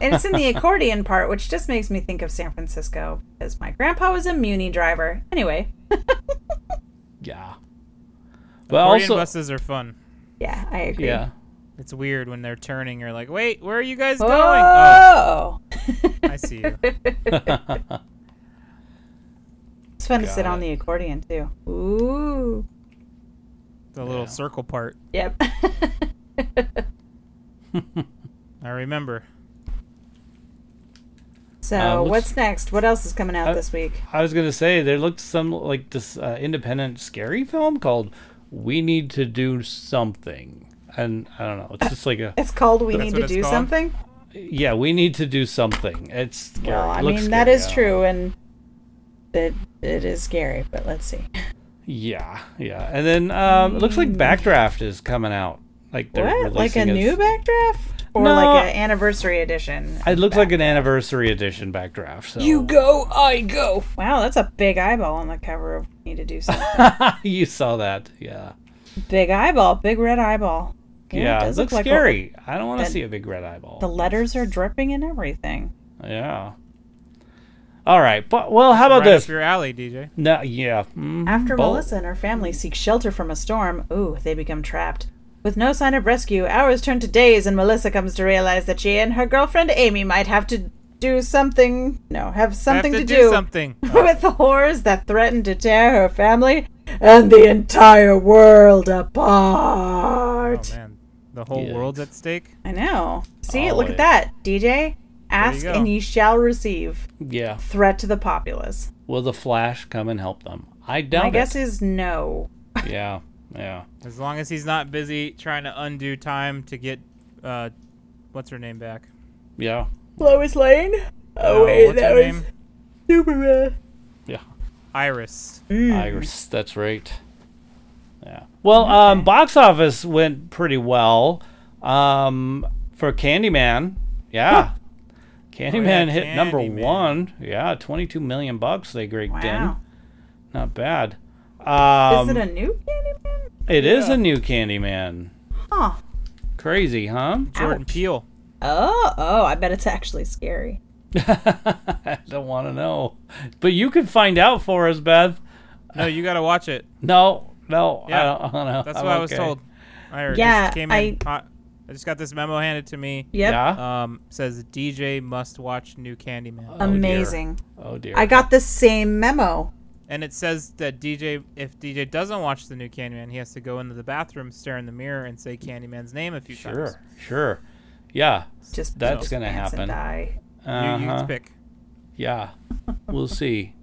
Speaker 2: And it's in
Speaker 4: [laughs]
Speaker 2: the accordion part, which just makes me think of San Francisco because my grandpa was a Muni driver. Anyway,
Speaker 4: yeah. But
Speaker 6: Korean
Speaker 4: also,
Speaker 6: buses are fun.
Speaker 2: yeah, I agree.
Speaker 4: yeah.
Speaker 6: It's weird when they're turning. You're like, wait, where are you guys going? Oh,
Speaker 2: Oh!
Speaker 6: I see you.
Speaker 2: It's fun to sit
Speaker 4: Got
Speaker 2: on
Speaker 4: it.
Speaker 2: the accordion too. Ooh.
Speaker 6: The little circle part.
Speaker 2: Yep. [laughs]
Speaker 6: I remember.
Speaker 2: So
Speaker 4: Um, let's-
Speaker 2: what's next? What else is coming out
Speaker 4: Uh,
Speaker 2: this week?
Speaker 4: I was gonna say there looked some like this uh, independent scary film called "We Need to Do Something," and I don't know. It's just
Speaker 2: [laughs]
Speaker 4: like a
Speaker 2: It's called "We
Speaker 6: That's
Speaker 2: Need
Speaker 6: what
Speaker 2: to
Speaker 6: it's
Speaker 2: Do
Speaker 6: called?
Speaker 2: Something."
Speaker 4: yeah. We need to do something. It's scary.
Speaker 2: Well, I
Speaker 4: It looks
Speaker 2: mean that
Speaker 4: scary,
Speaker 2: is
Speaker 4: I don't know.
Speaker 2: true, and it it is scary. But let's see.
Speaker 4: Yeah, yeah. And then um, it looks like Backdraft is coming out. Like they're
Speaker 2: Mm. What? Like a
Speaker 4: releasing
Speaker 2: new
Speaker 4: its-
Speaker 2: backdraft or
Speaker 4: No.
Speaker 2: like an anniversary edition?
Speaker 4: It looks like an anniversary edition Backdraft. So
Speaker 2: go, I go. Wow, that's a big eyeball on the cover of We Need to Do Something.
Speaker 4: [laughs] [laughs] you saw that, yeah.
Speaker 2: big eyeball, big red eyeball.
Speaker 4: Yeah,
Speaker 2: it
Speaker 4: it
Speaker 2: does look
Speaker 4: looks
Speaker 2: like a-
Speaker 4: scary. I don't want to
Speaker 2: that-
Speaker 4: see a big red eyeball.
Speaker 2: The letters are dripping and everything.
Speaker 4: Yeah. All right, but well, how about
Speaker 6: right
Speaker 4: this?
Speaker 6: up your alley, DJ.
Speaker 4: No, yeah. mhm,
Speaker 2: After
Speaker 4: bold.
Speaker 2: Melissa and her family seek shelter from a storm, ooh, they become trapped. With no sign of rescue, hours turn to days, and Melissa comes to realize that she and her girlfriend Amy might have to do something. No, have something
Speaker 6: I have
Speaker 2: to,
Speaker 6: to, do, something.
Speaker 2: [laughs]
Speaker 6: Oh,
Speaker 2: with the horrors that threaten to tear her family and the entire world
Speaker 6: Oh
Speaker 2: apart.
Speaker 6: man, the whole
Speaker 4: Yikes.
Speaker 6: world's at stake.
Speaker 2: I know. See, look
Speaker 4: Always.
Speaker 2: at that, DJ. Ask
Speaker 6: go.
Speaker 2: and ye shall receive.
Speaker 4: Yeah.
Speaker 2: Threat to the populace.
Speaker 4: Will the Flash come and help them? I doubt
Speaker 2: My guess
Speaker 4: it.
Speaker 2: is no.
Speaker 4: Yeah. Yeah.
Speaker 6: As long as he's not busy trying to undo time to get, uh, what's her name back?
Speaker 4: Yeah.
Speaker 7: Lois Lane? Oh,
Speaker 6: Uh,
Speaker 7: wait,
Speaker 6: what's
Speaker 7: that
Speaker 6: her
Speaker 7: was
Speaker 6: name?
Speaker 7: Superman.
Speaker 4: Yeah.
Speaker 6: Iris.
Speaker 4: Iris, that's right. Yeah. Well, um, box office went pretty well um, for Candyman. Yeah. Candyman
Speaker 6: yeah,
Speaker 4: hit number
Speaker 6: Candyman.
Speaker 4: one. Yeah, 22 million bucks they raked
Speaker 2: Wow.
Speaker 4: in. Not bad. Um,
Speaker 2: is it a new Candyman?
Speaker 4: it is a new Candyman.
Speaker 2: Huh.
Speaker 4: Crazy, huh? [laughs]
Speaker 6: Jordan Peele.
Speaker 2: Oh, oh, I bet it's actually scary.
Speaker 4: I don't want to know. But you can find out for us, Beth.
Speaker 6: No, you gotta watch it.
Speaker 4: No, no. I
Speaker 6: Yeah,
Speaker 4: don't [laughs] want to.
Speaker 6: That's what I was told. I heard-
Speaker 2: Yeah,
Speaker 6: just came in hot. I just got this memo handed to me.
Speaker 2: Yep.
Speaker 4: Yeah.
Speaker 6: Um, says DJ must watch new Candyman,
Speaker 4: dear.
Speaker 2: Amazing.
Speaker 4: oh, dear.
Speaker 2: I got the same memo.
Speaker 6: and it says that DJ if DJ doesn't watch the new Candyman, he has to go into the bathroom, stare in the mirror, and say Candyman's name a few times.
Speaker 4: Sure, sure. Yeah,
Speaker 2: Just
Speaker 4: That's
Speaker 2: just
Speaker 4: gonna
Speaker 2: pants
Speaker 4: happen.
Speaker 2: And die.
Speaker 6: You, you
Speaker 4: uh-huh,
Speaker 6: pick.
Speaker 4: yeah. We'll see.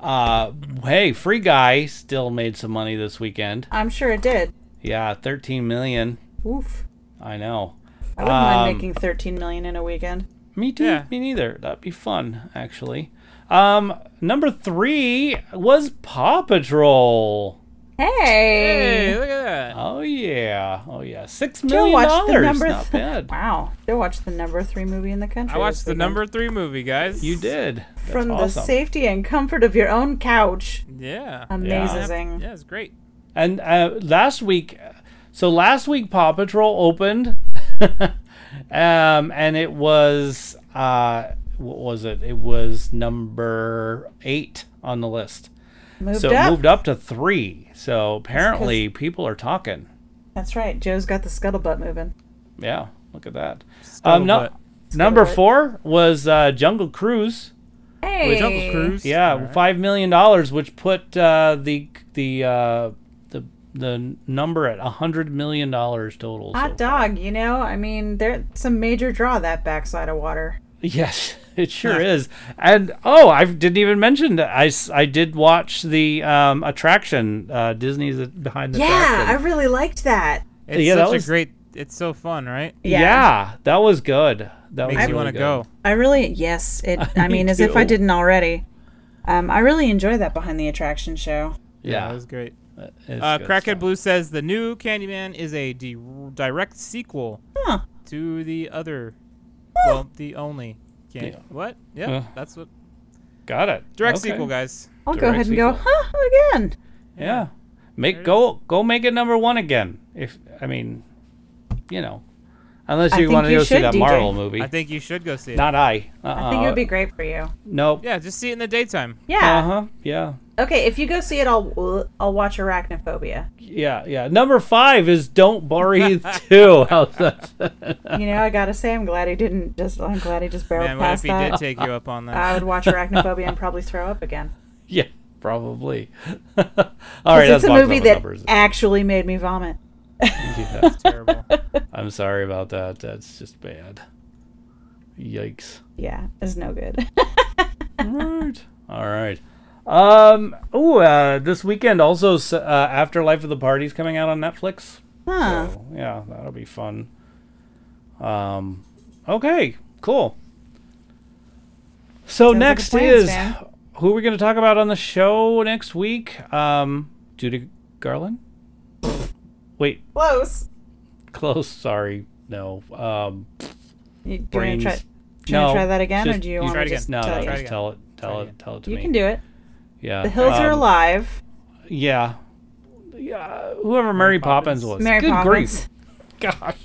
Speaker 4: Uh, hey, Free Guy still made some money this weekend.
Speaker 2: I'm sure it did.
Speaker 4: Yeah, 13 million.
Speaker 2: Oof.
Speaker 4: I know.
Speaker 2: I wouldn't mind
Speaker 4: Um,
Speaker 2: making 13 million in a weekend.
Speaker 4: Me too.
Speaker 6: Yeah.
Speaker 4: Me neither. That'd be fun, actually. Um, number three was Paw Patrol.
Speaker 2: Hey.
Speaker 6: Hey, look at that.
Speaker 4: Oh yeah, oh yeah, six
Speaker 2: Joe
Speaker 4: million
Speaker 2: watched the
Speaker 4: dollars.
Speaker 2: number.
Speaker 4: Not
Speaker 2: th-
Speaker 4: bad.
Speaker 2: Wow. Joe watched the number three movie in the country.
Speaker 6: I watched
Speaker 2: this
Speaker 6: the
Speaker 2: weekend.
Speaker 6: number three movie, guys.
Speaker 4: You did. That's
Speaker 2: from
Speaker 4: awesome.
Speaker 2: the safety and comfort of your own couch.
Speaker 6: Yeah.
Speaker 2: Amazing.
Speaker 6: Yeah, it's great.
Speaker 4: And uh, last week, so last week Paw Patrol opened, [laughs] um, and it was uh, what was it? It was number eight on the list.
Speaker 2: Moved
Speaker 4: so
Speaker 2: up.
Speaker 4: it moved up to three. So apparently people are talking.
Speaker 2: That's right. Joe's got the scuttlebutt moving.
Speaker 4: Yeah, look at that. Um, no,
Speaker 6: Scuttlebutt.
Speaker 4: number four was uh, Jungle Cruise.
Speaker 2: Hey.
Speaker 6: Jungle Cruise.
Speaker 4: Yeah,
Speaker 6: All right.
Speaker 4: five million dollars, which put uh, the the uh, the the number at a hundred million dollars total. so
Speaker 2: Hot dog, you know? I mean, there's a major draw that backside of water.
Speaker 4: Yes, [laughs] it sure is. And oh, I didn't even mention that I, s- I did watch the um, attraction uh, Disney's behind the
Speaker 2: Yeah, I
Speaker 4: attraction.
Speaker 2: really liked that.
Speaker 6: It's
Speaker 4: Yeah, that
Speaker 6: such
Speaker 4: was-
Speaker 6: a great. It's so fun, right?
Speaker 2: Yeah.
Speaker 4: yeah. that was good. That
Speaker 6: Makes
Speaker 4: was
Speaker 6: you want to go.
Speaker 2: I really, yes. [laughs] It. I mean, as if I
Speaker 4: too.
Speaker 2: didn't already. Um, I really enjoy that behind the attraction show.
Speaker 6: Yeah, it
Speaker 4: Yeah,
Speaker 6: was great.
Speaker 4: it's
Speaker 6: Uh,
Speaker 4: good
Speaker 6: Crackhead
Speaker 4: stuff.
Speaker 6: Blue says the new Candyman is a di- direct sequel
Speaker 2: Huh.
Speaker 6: to the other, well, the only. Candy.
Speaker 4: Yeah.
Speaker 6: What? Yeah,
Speaker 4: Yeah.
Speaker 6: that's what.
Speaker 4: Got it.
Speaker 6: Direct
Speaker 4: Okay.
Speaker 6: sequel, guys.
Speaker 2: I'll go ahead
Speaker 4: Direct
Speaker 2: and go,
Speaker 4: sequel.
Speaker 2: huh, again.
Speaker 4: Yeah, make go go make it number one again. If I mean, you know, unless
Speaker 2: I
Speaker 4: you
Speaker 2: think
Speaker 4: want to
Speaker 2: you
Speaker 4: go see
Speaker 2: should,
Speaker 4: that
Speaker 2: DJ.
Speaker 4: Marvel movie.
Speaker 6: I think you should go see it.
Speaker 4: Not I. Uh-uh.
Speaker 2: I think it would be great for you.
Speaker 4: Nope.
Speaker 6: yeah, just see it in the daytime.
Speaker 2: Yeah.
Speaker 4: Uh huh. Yeah.
Speaker 2: Okay, if you go see it, I'll I'll watch [laughs] Arachnophobia.
Speaker 4: Yeah, yeah. Number five is Don't
Speaker 6: [laughs]
Speaker 4: Breathe Two. How's that?
Speaker 2: You know, I gotta say, I'm glad he didn't just. I'm glad he just barreled
Speaker 6: Man, what if
Speaker 2: past
Speaker 6: he
Speaker 2: that.
Speaker 6: did take you up on
Speaker 2: I
Speaker 4: Uh,
Speaker 6: that?
Speaker 2: would [laughs] watch Arachnophobia and probably throw up again.
Speaker 4: yeah, probably. [laughs] All right,
Speaker 2: it's
Speaker 4: that's
Speaker 2: a
Speaker 4: box
Speaker 2: movie
Speaker 4: office
Speaker 2: that
Speaker 4: numbers.
Speaker 2: actually made me vomit.
Speaker 4: Yeah,
Speaker 6: Terrible.
Speaker 4: [laughs] I'm sorry about that. That's just bad. Yikes.
Speaker 2: Yeah, it's no good. [laughs]
Speaker 4: right. All right. Um. Oh, uh, this weekend also s- uh, Afterlife of the Party's coming out on Netflix.
Speaker 2: huh.
Speaker 4: So, yeah, that'll be fun. Um. Okay. Cool. So
Speaker 2: Sounds like a
Speaker 4: next
Speaker 2: plan,
Speaker 4: is
Speaker 2: Stan.
Speaker 4: who are we going to talk about on the show next week? Um, Judy Garland. Wait,
Speaker 2: Close.
Speaker 4: close. Sorry, no. Um,
Speaker 2: You, do you want
Speaker 4: brains.
Speaker 2: to try, do you
Speaker 4: no,
Speaker 2: wanna try that again, or
Speaker 4: just-
Speaker 2: do you
Speaker 6: you
Speaker 2: want
Speaker 6: try
Speaker 2: to
Speaker 6: it
Speaker 2: just
Speaker 4: No,
Speaker 6: again.
Speaker 2: tell
Speaker 4: no,
Speaker 2: you?
Speaker 6: Try it
Speaker 4: just
Speaker 6: again.
Speaker 4: tell it, tell
Speaker 6: Try it
Speaker 4: it, tell it to
Speaker 2: You
Speaker 4: me.
Speaker 2: can do it.
Speaker 4: Yeah,
Speaker 2: The hills are
Speaker 4: um,
Speaker 2: alive.
Speaker 4: Yeah, yeah. Whoever Mary Poppins,
Speaker 6: Poppins.
Speaker 4: was.
Speaker 2: Mary
Speaker 4: Good grief,
Speaker 2: Poppins.
Speaker 4: [laughs] gosh.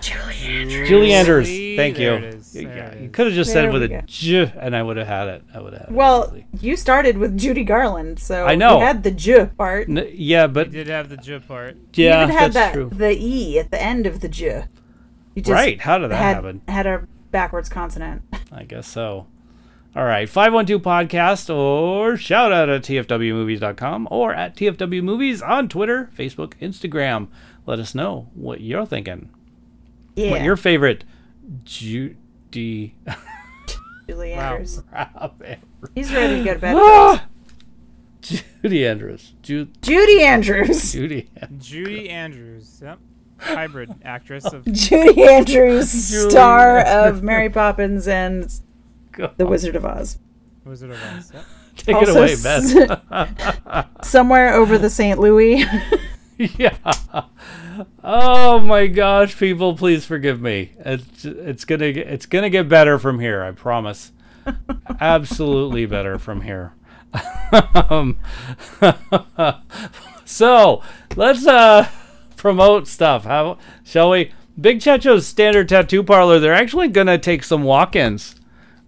Speaker 6: Julie
Speaker 4: Julie Andrews,
Speaker 6: Andrews.
Speaker 4: thank
Speaker 6: There
Speaker 4: you.
Speaker 6: it is,
Speaker 4: Yeah,
Speaker 6: there
Speaker 4: yeah,
Speaker 6: it
Speaker 4: you
Speaker 6: is.
Speaker 4: could have just said
Speaker 2: There
Speaker 4: it with
Speaker 2: we
Speaker 4: a
Speaker 2: go.
Speaker 4: j, and I would have had it. I would have had it.
Speaker 2: Well,
Speaker 4: easily.
Speaker 2: you started with Judy Garland, so
Speaker 4: I know.
Speaker 2: you had the J part.
Speaker 4: N- yeah, but
Speaker 6: You did have the jib part.
Speaker 4: yeah,
Speaker 2: you even had
Speaker 4: that's
Speaker 2: that
Speaker 4: true.
Speaker 2: the E at the end of the J. You just
Speaker 4: Right? How did that
Speaker 2: had,
Speaker 4: happen?
Speaker 2: Had a backwards consonant.
Speaker 4: I guess so. All right, 512 podcast or shout out at tfwmovies.com or at tfwmovies on Twitter, Facebook, Instagram. Let us know what you're thinking.
Speaker 2: Yeah.
Speaker 4: What your favorite Judy
Speaker 2: Julie Andrews.
Speaker 4: Roberts-
Speaker 2: He's ready to go
Speaker 4: [gasps]
Speaker 2: to bed.
Speaker 4: Ah! [laughs] Judy Andrews. Ju-
Speaker 2: Judy Andrews.
Speaker 4: Judy.
Speaker 6: Judy Andrews. Yep.
Speaker 4: [laughs]
Speaker 6: Hybrid actress of
Speaker 2: Judy Andrews,
Speaker 4: Julie
Speaker 2: star of Mary Poppins and
Speaker 4: God.
Speaker 2: The Wizard of Oz.
Speaker 6: Wizard of Oz. Yep.
Speaker 4: Take it
Speaker 2: also
Speaker 4: away,
Speaker 2: s-
Speaker 4: Beth.
Speaker 2: [laughs]
Speaker 4: [laughs]
Speaker 2: Somewhere over the St. Louis. [laughs]
Speaker 4: yeah. Oh my gosh, people, please forgive me. It's it's gonna get- it's gonna get better from here. I promise. [laughs] Absolutely better from here. [laughs] um, so let's uh promote stuff. How shall we? Big Checho's Standard Tattoo Parlor. They're actually gonna take some walk-ins.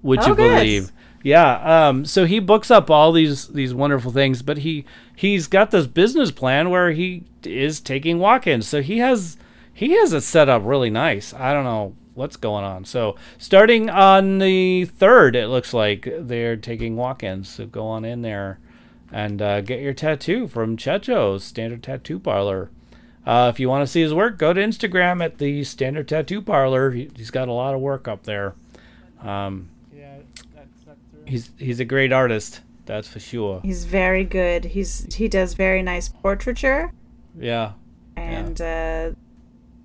Speaker 4: Would you
Speaker 2: Oh, good.
Speaker 4: believe? Yeah. Um, so he books up all these these wonderful things, but he he's got this business plan where he is taking walk-ins. So he has he has it set up really nice. I don't know what's going on. So starting on the third, it looks like they're taking walk-ins. So go on in there and uh, get your tattoo from Checho's Standard Tattoo Parlor. Uh, if you want to see his work, go to Instagram at the Standard Tattoo Parlor. He, he's got a lot of work up there. Um,
Speaker 6: Yeah, that's not through.
Speaker 4: he's he's a great artist, that's for sure.
Speaker 2: He's very good. He's he does very nice portraiture
Speaker 4: Yeah,
Speaker 2: and uh,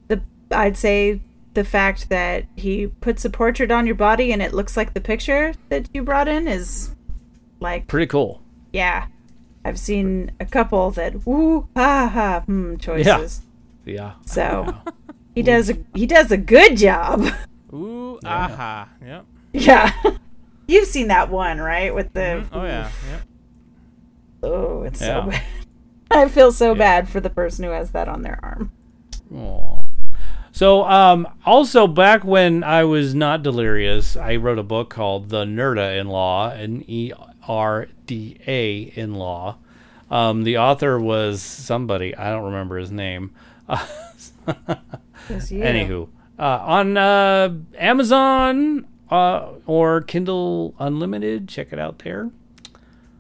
Speaker 2: the I'd say the fact that he puts a portrait on your body and it looks like the picture that you brought in is like
Speaker 4: pretty cool.
Speaker 2: yeah. I've seen a couple that woo ha ha hmm choices.
Speaker 4: Yeah,
Speaker 2: So he does a he does a
Speaker 4: [laughs]
Speaker 2: good job.
Speaker 6: Ooh, aha. Yep.
Speaker 2: Yeah. You've seen that one, right? With the
Speaker 6: Oh yeah. Yep.
Speaker 2: oh, it's
Speaker 4: Mm-hmm. Yeah.
Speaker 2: so bad. [laughs] I feel so bad for the person who has that on their arm.
Speaker 4: Aw. So, um, also back when I was not delirious, I wrote a book called The Nerda in Law, N E R D A in Law. Um, the author was somebody, I don't remember his name. Uh,
Speaker 2: It's you.
Speaker 4: Anywho, uh, on uh, Amazon uh, or Kindle Unlimited, check it out there.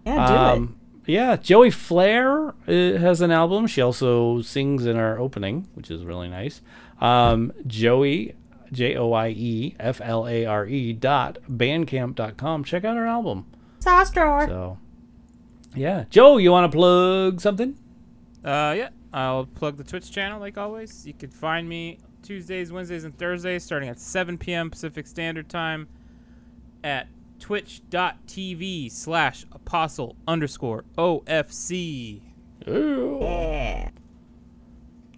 Speaker 2: Yeah, do it.
Speaker 4: Um, yeah, Joey Flair uh, has an album. She also sings in our opening, which is really nice. Um, Joey, J O I E F L A R E dot bandcamp dot com. Check out her album.
Speaker 2: Sauce drawer.
Speaker 4: So, yeah, Joe, you want to plug something?
Speaker 6: Uh, yeah, I'll plug the Twitch channel like always. You can find me Tuesdays, Wednesdays, and Thursdays starting at 7 p.m. Pacific Standard Time at twitch.tv slash apostle underscore OFC.
Speaker 2: Yeah.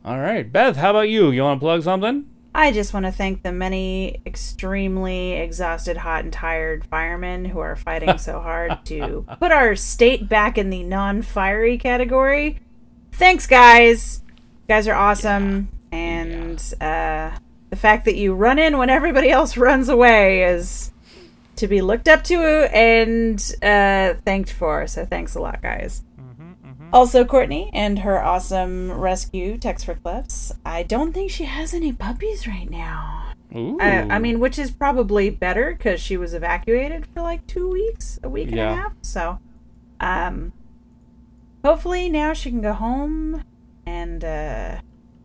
Speaker 4: All right, Beth, how about you? You want to plug something?
Speaker 2: I just want to thank the many extremely exhausted, hot, and tired firemen who are fighting so hard to put our state back in the non fiery category. Thanks, guys. You guys are awesome. And Uh, the fact that you run in when everybody else [laughs] runs away is to be looked up to and uh, thanked for. So thanks a lot, guys. Also, Courtney and her awesome rescue, Tex for Cliffs. I don't think she has any puppies right now.
Speaker 4: Ooh.
Speaker 2: I, I mean, which is probably better because she was evacuated for like two weeks, a week
Speaker 4: Yeah.
Speaker 2: and a half. So, um, hopefully now she can go home and uh,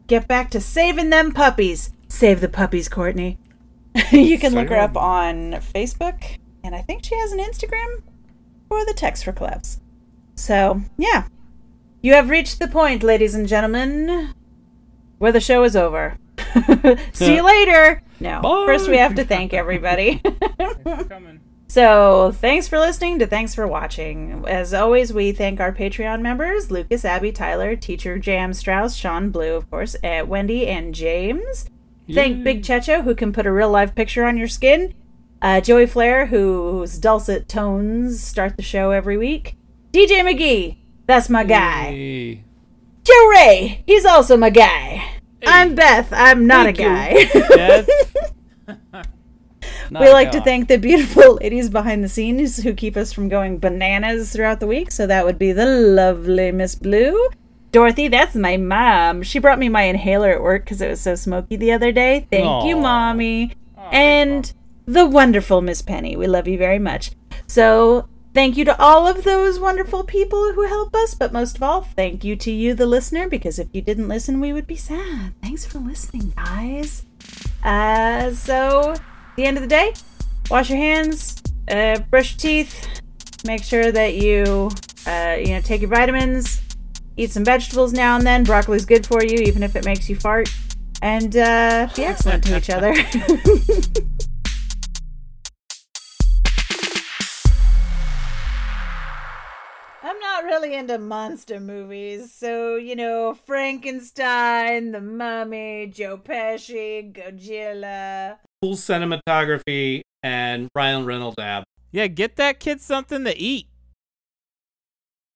Speaker 2: get back to saving them puppies. Save the puppies, Courtney. [laughs] you can look her
Speaker 4: Instagram?
Speaker 2: up on Facebook, and I think she has an Instagram for the Text for Collabs. So, yeah. You have reached the point, ladies and gentlemen, where the show is over. [laughs] See you later! No.
Speaker 4: Bye.
Speaker 2: First, we have to thank everybody. [laughs]
Speaker 6: Coming.
Speaker 2: So, thanks for listening to Thanks for Watching. As always, we thank our Patreon members Lucas, Abby, Tyler, Teacher Jam, Strauss, Sean Blue, of course, uh, Wendy, and James. Thank Big Checho, who can put a real live picture on your skin. Uh, Joey Flair, whose dulcet tones start the show every week. DJ McGee, that's my guy.
Speaker 4: Hey.
Speaker 2: Joe Ray, he's also my guy. I'm Beth, I'm not a guy. [laughs]
Speaker 4: Death.
Speaker 2: We like to
Speaker 4: Knock
Speaker 2: thank the beautiful [laughs] ladies behind the scenes who keep us from going bananas throughout the week. So that would be the lovely Miss Blue. Dorothy, that's my mom. She brought me my inhaler at work because it was so smoky the other day. Thank you,
Speaker 4: Aw.
Speaker 2: mommy. and the wonderful Miss Penny. We love you very much. So thank you to all of those wonderful people who help us. But most of all, thank you to you, the listener, because if you didn't listen, we would be sad. Thanks for listening, guys. Uh, so, at the end of the day, wash your hands, uh, brush your teeth, make sure that you, uh, you know, take your vitamins, eat some vegetables now and then. Broccoli's good for you, even if it makes you fart. And uh, be excellent to each other. [laughs] I'm not really into monster movies, so you know Frankenstein, The Mummy, Joe Pesci, Godzilla.
Speaker 9: cool cinematography and Ryan Reynolds ab.
Speaker 6: Yeah, get that kid something to eat.